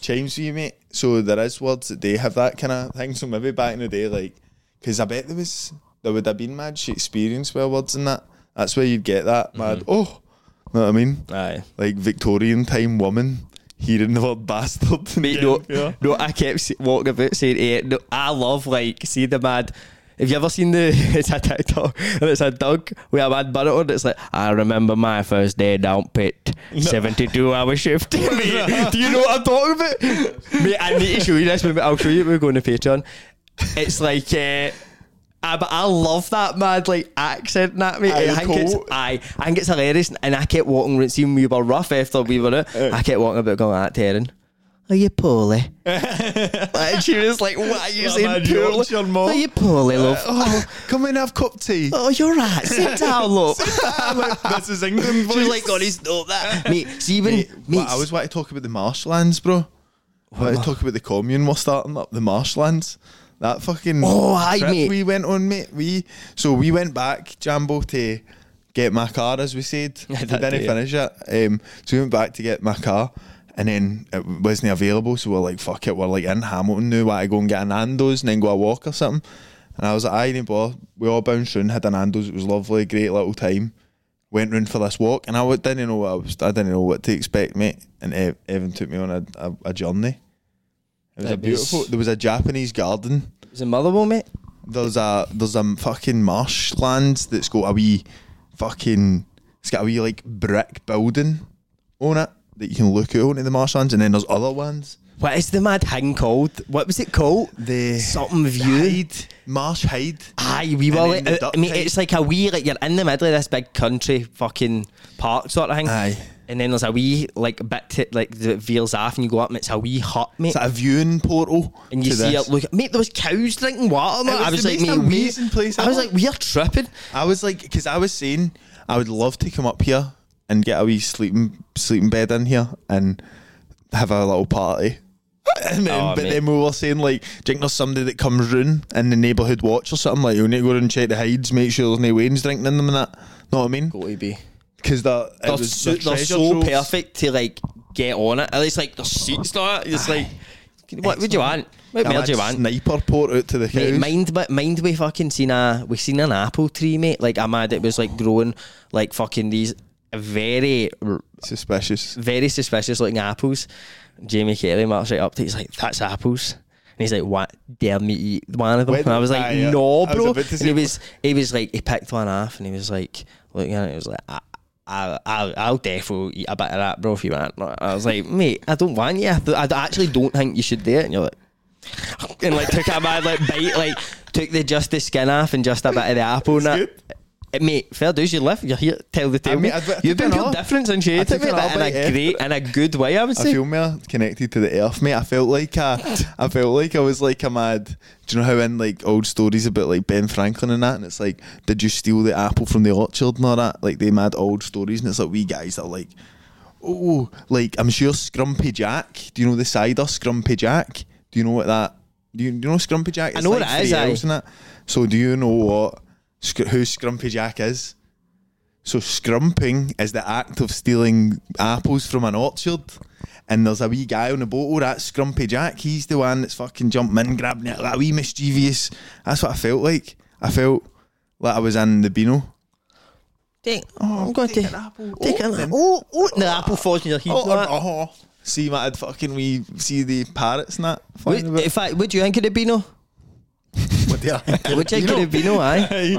C: Chimes with you, mate. So there is words that they have that kind of thing. So maybe back in the day, like, because I bet there was, there would have been mad Shakespearean swear words and that. That's where you'd get that mad, oh, know what I mean?
D: Aye.
C: Like Victorian time woman hearing the word bastard.
D: Mate, no, no, I kept se- walking about saying, eh, no, I love, like, see the mad. Have you ever seen the? It's a TikTok and it's a dog with a mad bonnet on. It's like I remember my first day down pit, seventy-two hour shift. Mate, do you know what I'm talking about? Mate, I need to show you this. Mate. I'll show you. We're going to Patreon. It's like, uh, I, but I love that mad like accent, and that mate.
C: Aye,
D: I think it's
C: cool.
D: aye, I think it's hilarious. And I kept walking around, seeing we were rough after we were out. I kept walking about going at Taryn. Are you poorly? like she was like, "What are you
C: That
D: saying,
C: man
D: poorly?
C: Yorkshire malt."
D: Are you poorly, love?
C: Oh, come in, have cup tea.
D: Oh, you're right. Sit down, love."
C: this is England voice.
D: she was like, "God, he's not that." Mate, see, even
C: Mate,
D: mate,
C: what- I always want to talk about the marshlands, bro. I want to talk about the commune we're starting up, the marshlands. That fucking
D: Oh, aye,
C: trip
D: mate.
C: we went on, mate. We so we went back, Jambo, to get my car, as we said. we
D: that
C: didn't
D: day.
C: finish it. Um, so we went back to get my car, and then it wasn't available. So we're like, fuck it, we're like in Hamilton now. Why I go and get an Nando's and then go a walk or something? And I was like, aye, no bother. We all bounced round, had an Nando's. It was lovely, great little time went round for this walk, and I wa- didn't know what I was. I didn't know what to expect, mate. And Ev- Evan took me on a, a, a journey. It was a
D: That was-
C: beautiful. There was a Japanese garden.
D: is it Motherwell, mate?
C: There's a there's a fucking marshlands that's got a wee fucking. It's got a wee like brick building on it that you can look out onto the marshlands, and then there's other ones.
D: What is the mad thing called? What was it called?
C: The
D: Something view.
C: Hyde Marsh Hyde.
D: Aye, we were
C: And then
D: like,
C: the
D: I
C: duck
D: mean,
C: type.
D: it's like a wee, like you're in the middle of this big country fucking park sort of thing.
C: Aye.
D: And then there's a wee, like, bit to, like, that veers off and you go up and it's a wee hut, mate.
C: It's like a viewing portal.
D: and you
C: to
D: see
C: this.
D: it, look, mate, there was cows drinking water, mate.
C: was
D: I was
C: the
D: like,
C: most
D: mate, we,
C: amazing place
D: I was
C: ever.
D: like, we are tripping.
C: I was like, because I was saying I would love to come up here and get a wee sleeping sleeping bed in here and have a little party. And then,
D: Aw,
C: but
D: mate.
C: then we were saying like, do you think there's somebody that comes round in the neighbourhood watch or something? Like, you need to go round and check the hides, make sure there's no Wayne's drinking in them and that. Know what I mean?
D: What be?
C: Because they're, it
D: They're,
C: was
D: so,
C: the
D: they're
C: treasure
D: so
C: troves.
D: perfect to, like, get on it. At least, like, the seats are, it's like, what would you want? What
C: Yeah,
D: more do you
C: like
D: want?
C: Sniper port out to the
D: Mate,
C: cows.
D: mind, but mind we fucking seen a we seen an apple tree, mate. Like I'm mad it was like growing like fucking these very r-
C: Suspicious.
D: very suspicious looking apples. Jamie Kelly marks right up to it, he's like, That's apples. And he's like, What dare me eat one of them?
C: Wait,
D: and I was like,
C: ah, yeah.
D: No,
C: I was
D: bro.
C: about to
D: and
C: say-
D: he was he was like he picked one off and he was like looking at it, he was like I I, I'll, I'll definitely eat a bit of that, bro, if you want. I was like, mate, I don't want you. I, th- I actually don't think you should do it. And you're like, and like took a mad like bite, like took the just the skin off and just a bit of the apple. and that. Eh, Mate, fair dues, you live, you're here, tell the tale.
C: mean,
D: mate.
C: I've- I've
D: You've been
C: taken
D: real
C: all-
D: different since you
C: I've
D: ate it, mate,
C: taken all
D: but in
C: bite, eh,
D: a great, in a good way, I would
C: I
D: say.
C: feel more connected to the earth, mate. I felt like a, I felt like I was like a mad. Do you know how in like old stories about like Ben Franklin and that, and it's like, did you steal the apple from the orchard and all that? Like they mad old stories, and it's like wee guys that are like, oh, like I'm sure Scrumpy Jack. Do you know the cider Scrumpy Jack? Do you know what that? Do you, do you know Scrumpy Jack? It's
D: know what
C: like
D: it is,
C: three
D: aye.
C: elves and that. So do you know what Sc- who Scrumpy Jack is? So scrumping is the act of stealing apples from an orchard. And there's a wee guy on the boat, oh, that's Scrumpy Jack. He's the one that's fucking jumping in, grabbing it, like a wee mischievous. That's what I felt like. I felt like I was in the Beano.
D: Take, oh, I'm going to take an
C: apple.
D: an
C: Oh, then-
D: apple. Oh, oh, and the apple falls in your heat.
C: Oh, oh, oh. See, my fucking we see the parrots and that. flying about.
D: in fact, would you think it'd be no?
E: But yeah,
D: Would you think it'd be no? Aye.
E: a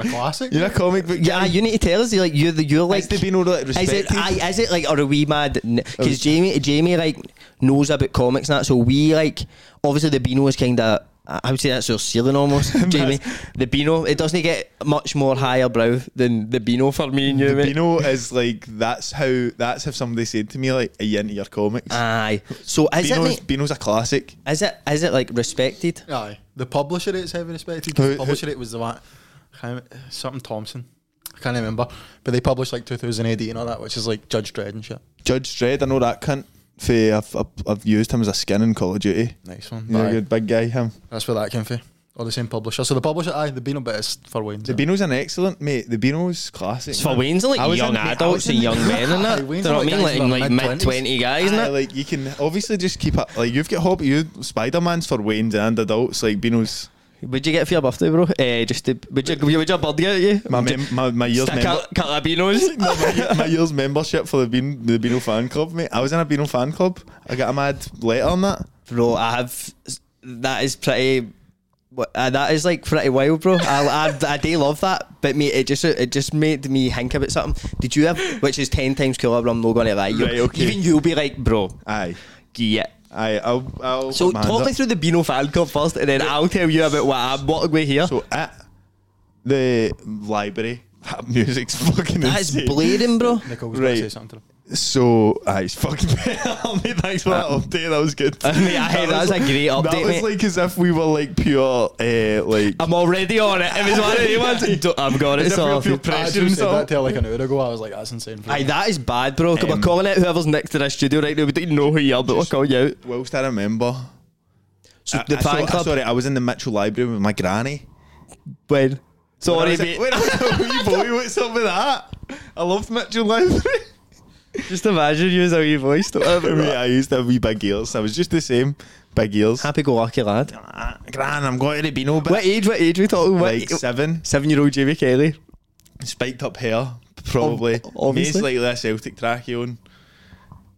E: classic.
C: You're a comic book
D: Yeah,
C: guy.
D: you need to tell us. You're like you're the you're like
C: Is the Beano like
D: Is
C: respected?
D: it, aye, is it like, or are we mad?
C: Oh,
D: Because Jamie, Jamie like knows about comics and that, so we like, obviously the Beano is kind of I I would say that's your ceiling almost, Jamie. The Beano, it doesn't get much more higher brow than the Beano for me and you. mate.
C: You know, is like that's how that's if somebody said to me like, "Are you into your comics?"
D: Aye. So Uh, is it,
C: Beano's,
D: mate,
C: Beano's a classic.
D: is it is it like respected?
E: Aye. The publisher it's heavily respected.
C: Who-
E: The
C: who-
E: publisher it was the one I can't remember- something Thompson. I can't remember. But they published like 2018 and all that, which is like Judge Dredd and shit.
C: Judge Dredd, I know that cunt. Fae, I've, I've, I've used him as a skin in Call of Duty.
E: Nice one.
C: Yeah,
E: Aye.
C: good big guy. Him.
E: That's where that came from. Or the same publisher. So the publisher, aye, the Beano bit is for Wayne's.
C: The Beano's an excellent mate. The Beano's classic.
D: It's for
C: man.
D: Wayne's like
C: I was
D: young
C: in- mate, I was
D: adults
C: in
D: and
C: the-
D: young men and that. Do you
E: Wayne's
D: know what I
E: like
D: mean?
E: guys
D: Like,
E: in
D: like
E: their
D: mid
E: mid-twenties.
D: twenty guys, isn't
C: Aye,
D: it?
C: Like you can obviously just keep it. Like you've got Hobbit, you Spider Man's for Wayne's and adults. Like Beano's
D: Would you get for your birthday, bro? Uh, just to, would you would your bird get you?
C: my mem- my my year's member.
D: Cal- Calabinos.
C: No, my, year- my year's membership for the Bean the Beano fan club, mate. I was in a Beano fan club. I got a mad letter on that.
D: bro. I have that is pretty. what- Uh, that is like pretty wild, bro. I, I, I do love that, but mate, it just it just made me think about something. Did you have, which is ten times cooler, but I'm not gonna lie. You,
C: Right, okay.
D: Even you'll be like, bro,
C: Aye,
D: yeah.
C: aye. I'll. I'll
D: So
C: put my hand
D: talk me
C: up.
D: through the Beano fan club first, and then I'll tell you about what I'm working with here.
C: So at the library, that music's fucking.
D: that is
C: insane.
D: blading, bro.
E: Nicole's going to say
C: Right.
E: something. to him.
C: So, aye, it's fucking mate, thanks for that
D: Uh,
C: update. That was good.
D: Mate, aye, that was a great update,
C: That was
D: mate.
C: like as if we were like pure, uh, like.
D: I'm already on it. It was one of the ones. Don't- I've got it
C: As if we
D: sorted.
C: feel
E: Ah, I
C: pressure and
E: actually said
C: stuff.
E: that to her like an hour ago. I was like, that's insane. For
D: Aye,
E: you.
D: that is bad, bro. 'cause
C: Um,
D: we're calling it whoever's next to the studio right now. We don't know who you are, but we're calling you out.
C: Whilst I remember,
D: So
C: I-
D: the
C: I,
D: fan
C: saw-
D: club.
C: Ah, Sorry, I was in the Mitchell Library with my granny.
D: When?
C: When I
D: Sorry,
C: was a-
D: mate.
C: when I was a wee boy, what's up with that? I loved Mitchell Library.
D: Just imagine you as a wee voice.
C: Mate, I used to have wee big ears. I was just the same. Big ears.
D: Happy go lucky lad.
C: Ah, Gran, I'm going to be no bit.
D: What age? What age we talking? What
C: Like seven,
D: seven year old Jamie Kelly.
C: spiked up hair, probably.
D: Ob- obviously.
C: Maybe slightly a Celtic trackie on.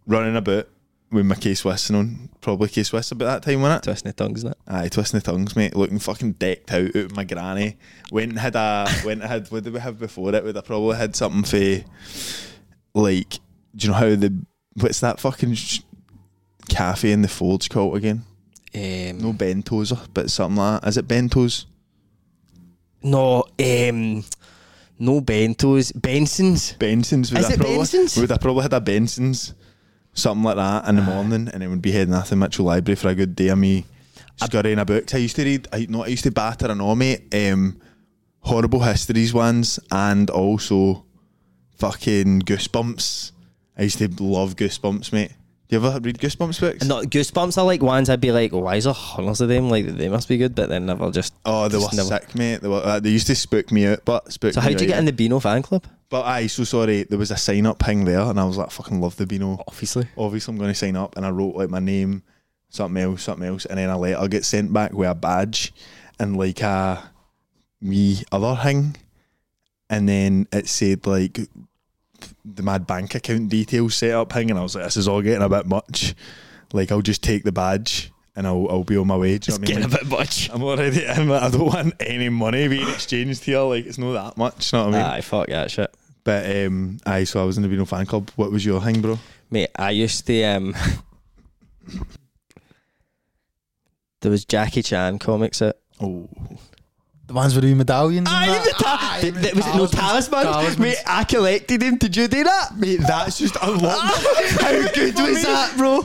C: Running about with my K Swiss on. Probably K Swiss about that time, wasn't it?
D: Twisting the tongues, isn't it?
C: Aye, twisting the tongues, mate. Looking fucking decked out out of my granny. Went and had a went and had what did we have before it? Would I probably had something for like do you know how the what's that fucking sh- cafe in the Forge called again?
D: Um,
C: No bentos, but something like that. Is it bentos?
D: no, um, no Bentos, Bensons.
C: Benson's. Would
D: Is
C: I
D: it
C: probably,
D: Benson's?
C: Would I probably had a Benson's, something like that, in the morning, and then would be heading off to Mitchell Library for a good day of me scurrying about. 'Cause I used to read, I, no, I used to batter and all, mate, um, Horrible Histories ones, and also fucking Goosebumps. I used to love Goosebumps, mate. Do you ever read Goosebumps books?
D: And not goosebumps are like ones I'd be like, oh, why is there hundreds of them? Like they must be good, but then never just.
C: Oh, they were
D: just never-
C: sick, mate. They, were, uh, they used to spook me out, but spook
D: So
C: me
D: how'd you
C: right
D: get in
C: out.
D: the Beano fan club?
C: But aye, so sorry. There was a sign up hang there, and I was like, fucking love the Beano.
D: Obviously.
C: obviously I'm going to sign up and I wrote like my name something else something else and then a letter get sent back with a badge and like a wee other thing and then it said like the mad bank account details set up thing and I was like this is all getting a bit much like I'll just take the badge and I'll, I'll be on my way do you know what I mean
D: bit much.
C: I'm already in like, I don't want any money being exchanged here like it's not that much you know what I mean
D: Aye, fuck that shit.
C: but um aye so I was in the Beano fan club what was your thing bro
D: Mate, I used to. Um, there was Jackie Chan comics out.
C: oh
E: the ones with the medallions. and
D: Aye,
E: that.
D: the ta- th- th- was it no talisman? Mate, I collected him. Did you do that?
C: Mate, that's just unlocked.
D: How good was that, bro?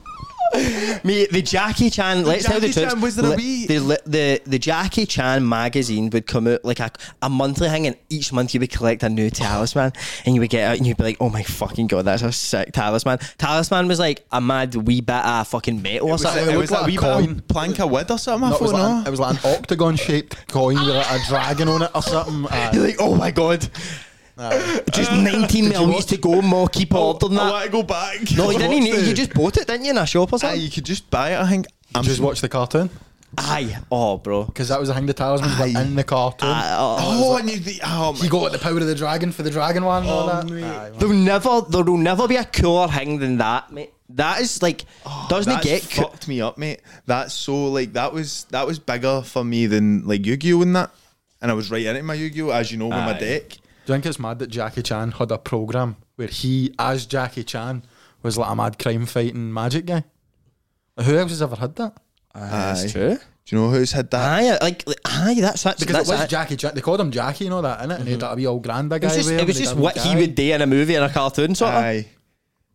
D: Mate, the Jackie Chan. Let's tell the
C: Jackie
D: truth.
C: Chan, was there a
D: le-
C: wee-
D: The, le- the the Jackie Chan magazine would come out like a, a monthly thing, and each month you would collect a new talisman, and you would get out, and you'd be like, "Oh my fucking god, that's a sick talisman!" Talisman was like a mad wee bit of fucking metal or something.
E: like- it
C: it was
E: looked
C: like
E: like
C: a
E: a
C: wee
E: coin.
C: bit plank of wood or something.
E: No,
C: I
E: it, was
C: thought,
E: like,
C: no.
E: an- it was like an octagon shaped coin with like a dragon on it or something. Aye.
D: You're like, oh my god. Just 19 mil weeks to go, Mo. Keep ordering
C: Oh, I
D: that.
C: want to go back.
D: No, you didn't
C: What's
D: need it.
C: the-
D: You just bought it, didn't you, in a shop or
C: Aye,
D: something?
C: you could just buy it. I think. I'm
E: Just watch the cartoon
D: Aye. Oh, bro.
E: because that was the thing. The talismans were in the cartoon.
D: Aye, oh.
C: Oh, I knew the. Oh my.
E: He got the power of the dragon for the dragon one. and all
D: Oh,
E: that. Aye,
D: There'll never, there will never be a cooler thing than that, mate. That is like, doesn't it
C: Oh, That's
D: get cu-
C: fucked me up, mate. That's so like that was that was bigger for me than like Yu-Gi-Oh and that. And I was right into my Yu-Gi-Oh as you know with my
D: Aye.
C: deck.
E: Do you think it's mad that Jackie Chan had a program where he, as Jackie Chan, was like a mad crime fighting magic guy? Like, who else has ever had that?
C: Aye.
D: That's true.
C: Do you know who's had that?
D: Aye, like, like aye, that's actually
E: Because
D: that's
E: it was
D: act-
E: Jackie. Jack, they called him Jackie and all that, innit? And he had that wee old granda
D: It
E: guy.
D: was just,
E: with him
D: it was
E: and
D: just
E: had
D: what
E: that
D: he
E: guy.
D: would do in a movie in a cartoon, sort of.
C: Aye.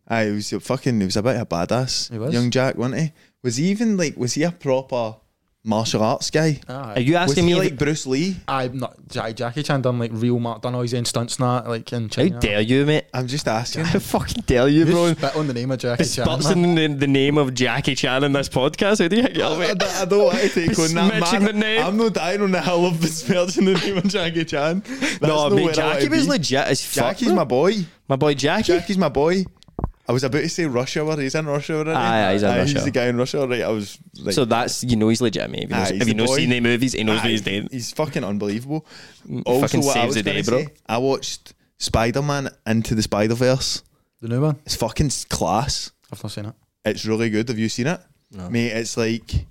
C: Aye, he was a fucking, he was a bit of a badass.
E: He was.
C: Young Jack, wasn't he? Was he even like, was he a proper martial arts guy?
D: Are
E: Aye.
D: you
C: was
D: Ah. asking
C: he
D: me?
C: like
D: if-
C: Bruce Lee?
E: I'm not Jackie. Jackie Chan done like real Mark done all his own stunts and that, like in
D: how
E: China.
D: dare you, mate?
C: I'm just asking.
D: How fucking dare
E: You
D: you, bro?
E: spit on the name of Jackie Chan. man.
D: Besputzing the, the name of Jackie Chan in this podcast. How do you think
C: I,
D: you'll
C: I don't- I don't want to take on that
D: Besmirching
C: man.
D: the name.
C: I'm not dying on the hill of besmirching the name of Jackie Chan. That's
D: No,
C: not
D: mate,
C: where I
D: Jackie
C: wanna
D: was
C: be.
D: legit as fuck.
C: Jackie's
D: bro.
C: my boy.
D: My boy Jackie.
C: Jackie's my boy. I was about to say Russia, where he's in Russia already.
D: Aye, aye, he's in Russia.
C: He's the guy in Russia, right? I was like,
D: So that's you know he's legit, mate. If you,
C: Aye,
D: knows,
C: he's
D: if you
C: the
D: know
C: boy.
D: seen the movies, he knows
C: Aye,
D: what he's doing.
C: He's fucking unbelievable. Also,
D: fucking
C: what I
D: saves
C: was
D: the day,
C: gonna
D: bro.
C: say, I watched Spider Man Into the Spider Verse.
E: The new one.
C: It's fucking s- class.
E: I've not seen it.
C: It's really good. Have you seen it? Mate, it's like.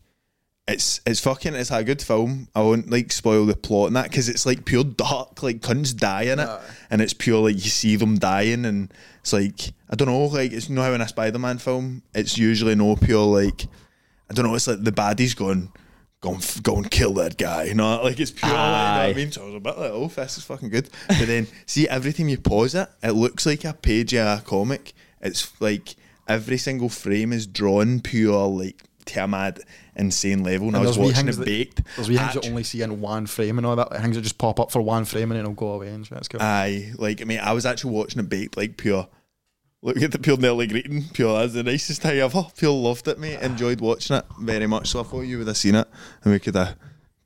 C: It's it's fucking it's a good film. I won't like spoil the plot and that because it's like pure dark, like cunts die in it, and it's pure like you see them dying, and it's like I don't know, like it's not how in a Spider-Man film, it's usually no pure like I don't know, it's like the baddie's going, go and, f- go and kill that guy. You know, like it's pure. like, you know
D: Aye.
C: what I mean? So I was a bit like, oh, this is fucking good. But then, see, every time you pause it, it looks like a page of a comic. It's like every single frame is drawn pure, like, to a mad, insane level. And, I was
E: wee
C: watching
E: things
C: it
E: that-
C: baked.
E: There's wee things
C: Actu-
E: you only see in one frame and all that. Things that just pop up for one frame and then it'll go away and shit. That's cool.
C: Aye, like I mean, I was actually watching it baked, like pure. Look at the pure Nelly greeting. Pure, that's the nicest thing ever. Pure loved it, mate. Enjoyed watching it very much. So I thought you would have seen it, and we could have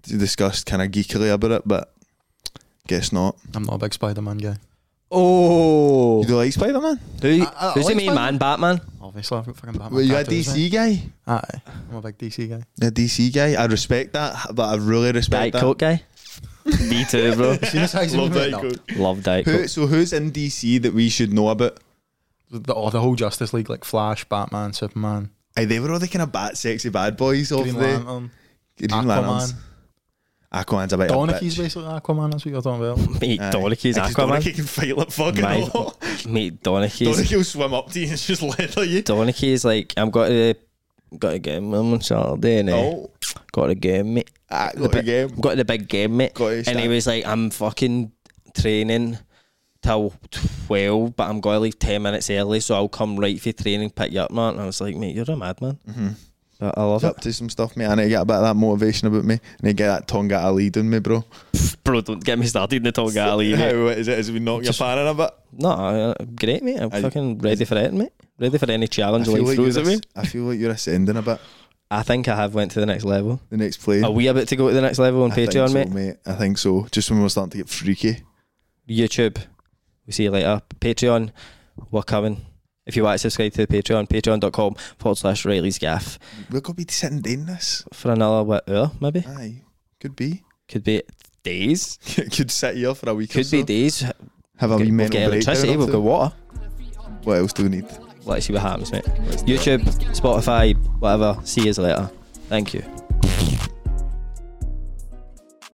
C: discussed kind of geekily about it, but guess not.
E: I'm not a big Spider-Man guy.
D: Oh,
C: You do like Spider Man?
D: Who,
E: I- I
D: who's the
E: like
D: main man, Batman?
E: Obviously, I've got fucking Batman.
C: Were you a
E: tattoos,
C: DC guy?
E: Aye. Aye. I'm a big DC guy.
C: A DC guy. I respect that, but I really
D: Diet
C: respect
D: Coke
C: that.
D: guy. Me too, bro.
E: See the size of
C: Love
E: him right
C: Diet
E: now?
C: Coke.
D: Love Diet
C: Who,
D: Coke.
C: so who's in DC that we should know about?
E: The, oh, the whole Justice League, like Flash, Batman, Superman,
C: Aye, they were all the kind of bat sexy bad boys of
E: Green
C: the
E: Lantern,
C: Green Lanterns.
E: Aquaman.
C: Aquaman's a bit of a
E: Donaghy's
C: bitch.
E: basically Aquaman. That's what you're talking about.
D: Mate,
C: Aye.
D: Donaghy's
C: Because
D: Aquaman.
C: Donaghy can fight like fucking
D: My-
C: all.
D: Mate, Donaghy's
C: Donaghy will swim up to you and just leather you.
D: Donaghy is like I'm got to got a game on Saturday, and
C: Oh,
D: got a game, mate.
C: ah, got a game.
D: Got the big game, mate.
C: Got to
D: and he
C: stand.
D: was like, I'm fucking training till 12, but I'm going to leave 10 minutes early, so I'll come right for training, pick you up, man. And I was like, mate, you're a madman. Mm-hmm. I, I love
C: Up to some stuff, mate. I need to get a bit of that motivation about me. I need to get that Tonga Ali doing me, bro.
D: it. Bro, don't get me started in the Tonga Alley,
C: How
D: mate.
C: is it? Is we knocking your pan in a bit?
D: No, uh, great, mate. I'm
C: I-
D: fucking ready for it, mate. Ready for any
C: I
D: challenge
C: feel,
D: life
C: like
D: throws
C: you're
D: at me.
C: ass- I feel like you're ascending a bit.
D: I think I have went to the next level.
C: The next play.
D: Are we about to go to the next level on
C: I think
D: Patreon,
C: so,
D: mate?
C: I think so. Just when we're starting to get freaky.
D: YouTube. We'll see you later. Patreon, we're coming. If you want to subscribe to the Patreon, patreon.com forward slash Riley's Gaff
C: We're going to be sitting down this.
D: for another what hour, maybe.
C: Aye. Could be.
D: Could be days.
C: Could sit here for a week or
D: Could
C: so.
D: be days.
C: Have a wee
D: We've got
C: mental
D: electricity,
C: breakdown.
D: we've
C: or
D: got
C: two.
D: water.
C: What else do we need?
D: Let's see what happens, mate. YouTube, Spotify, whatever. See you later. Thank you.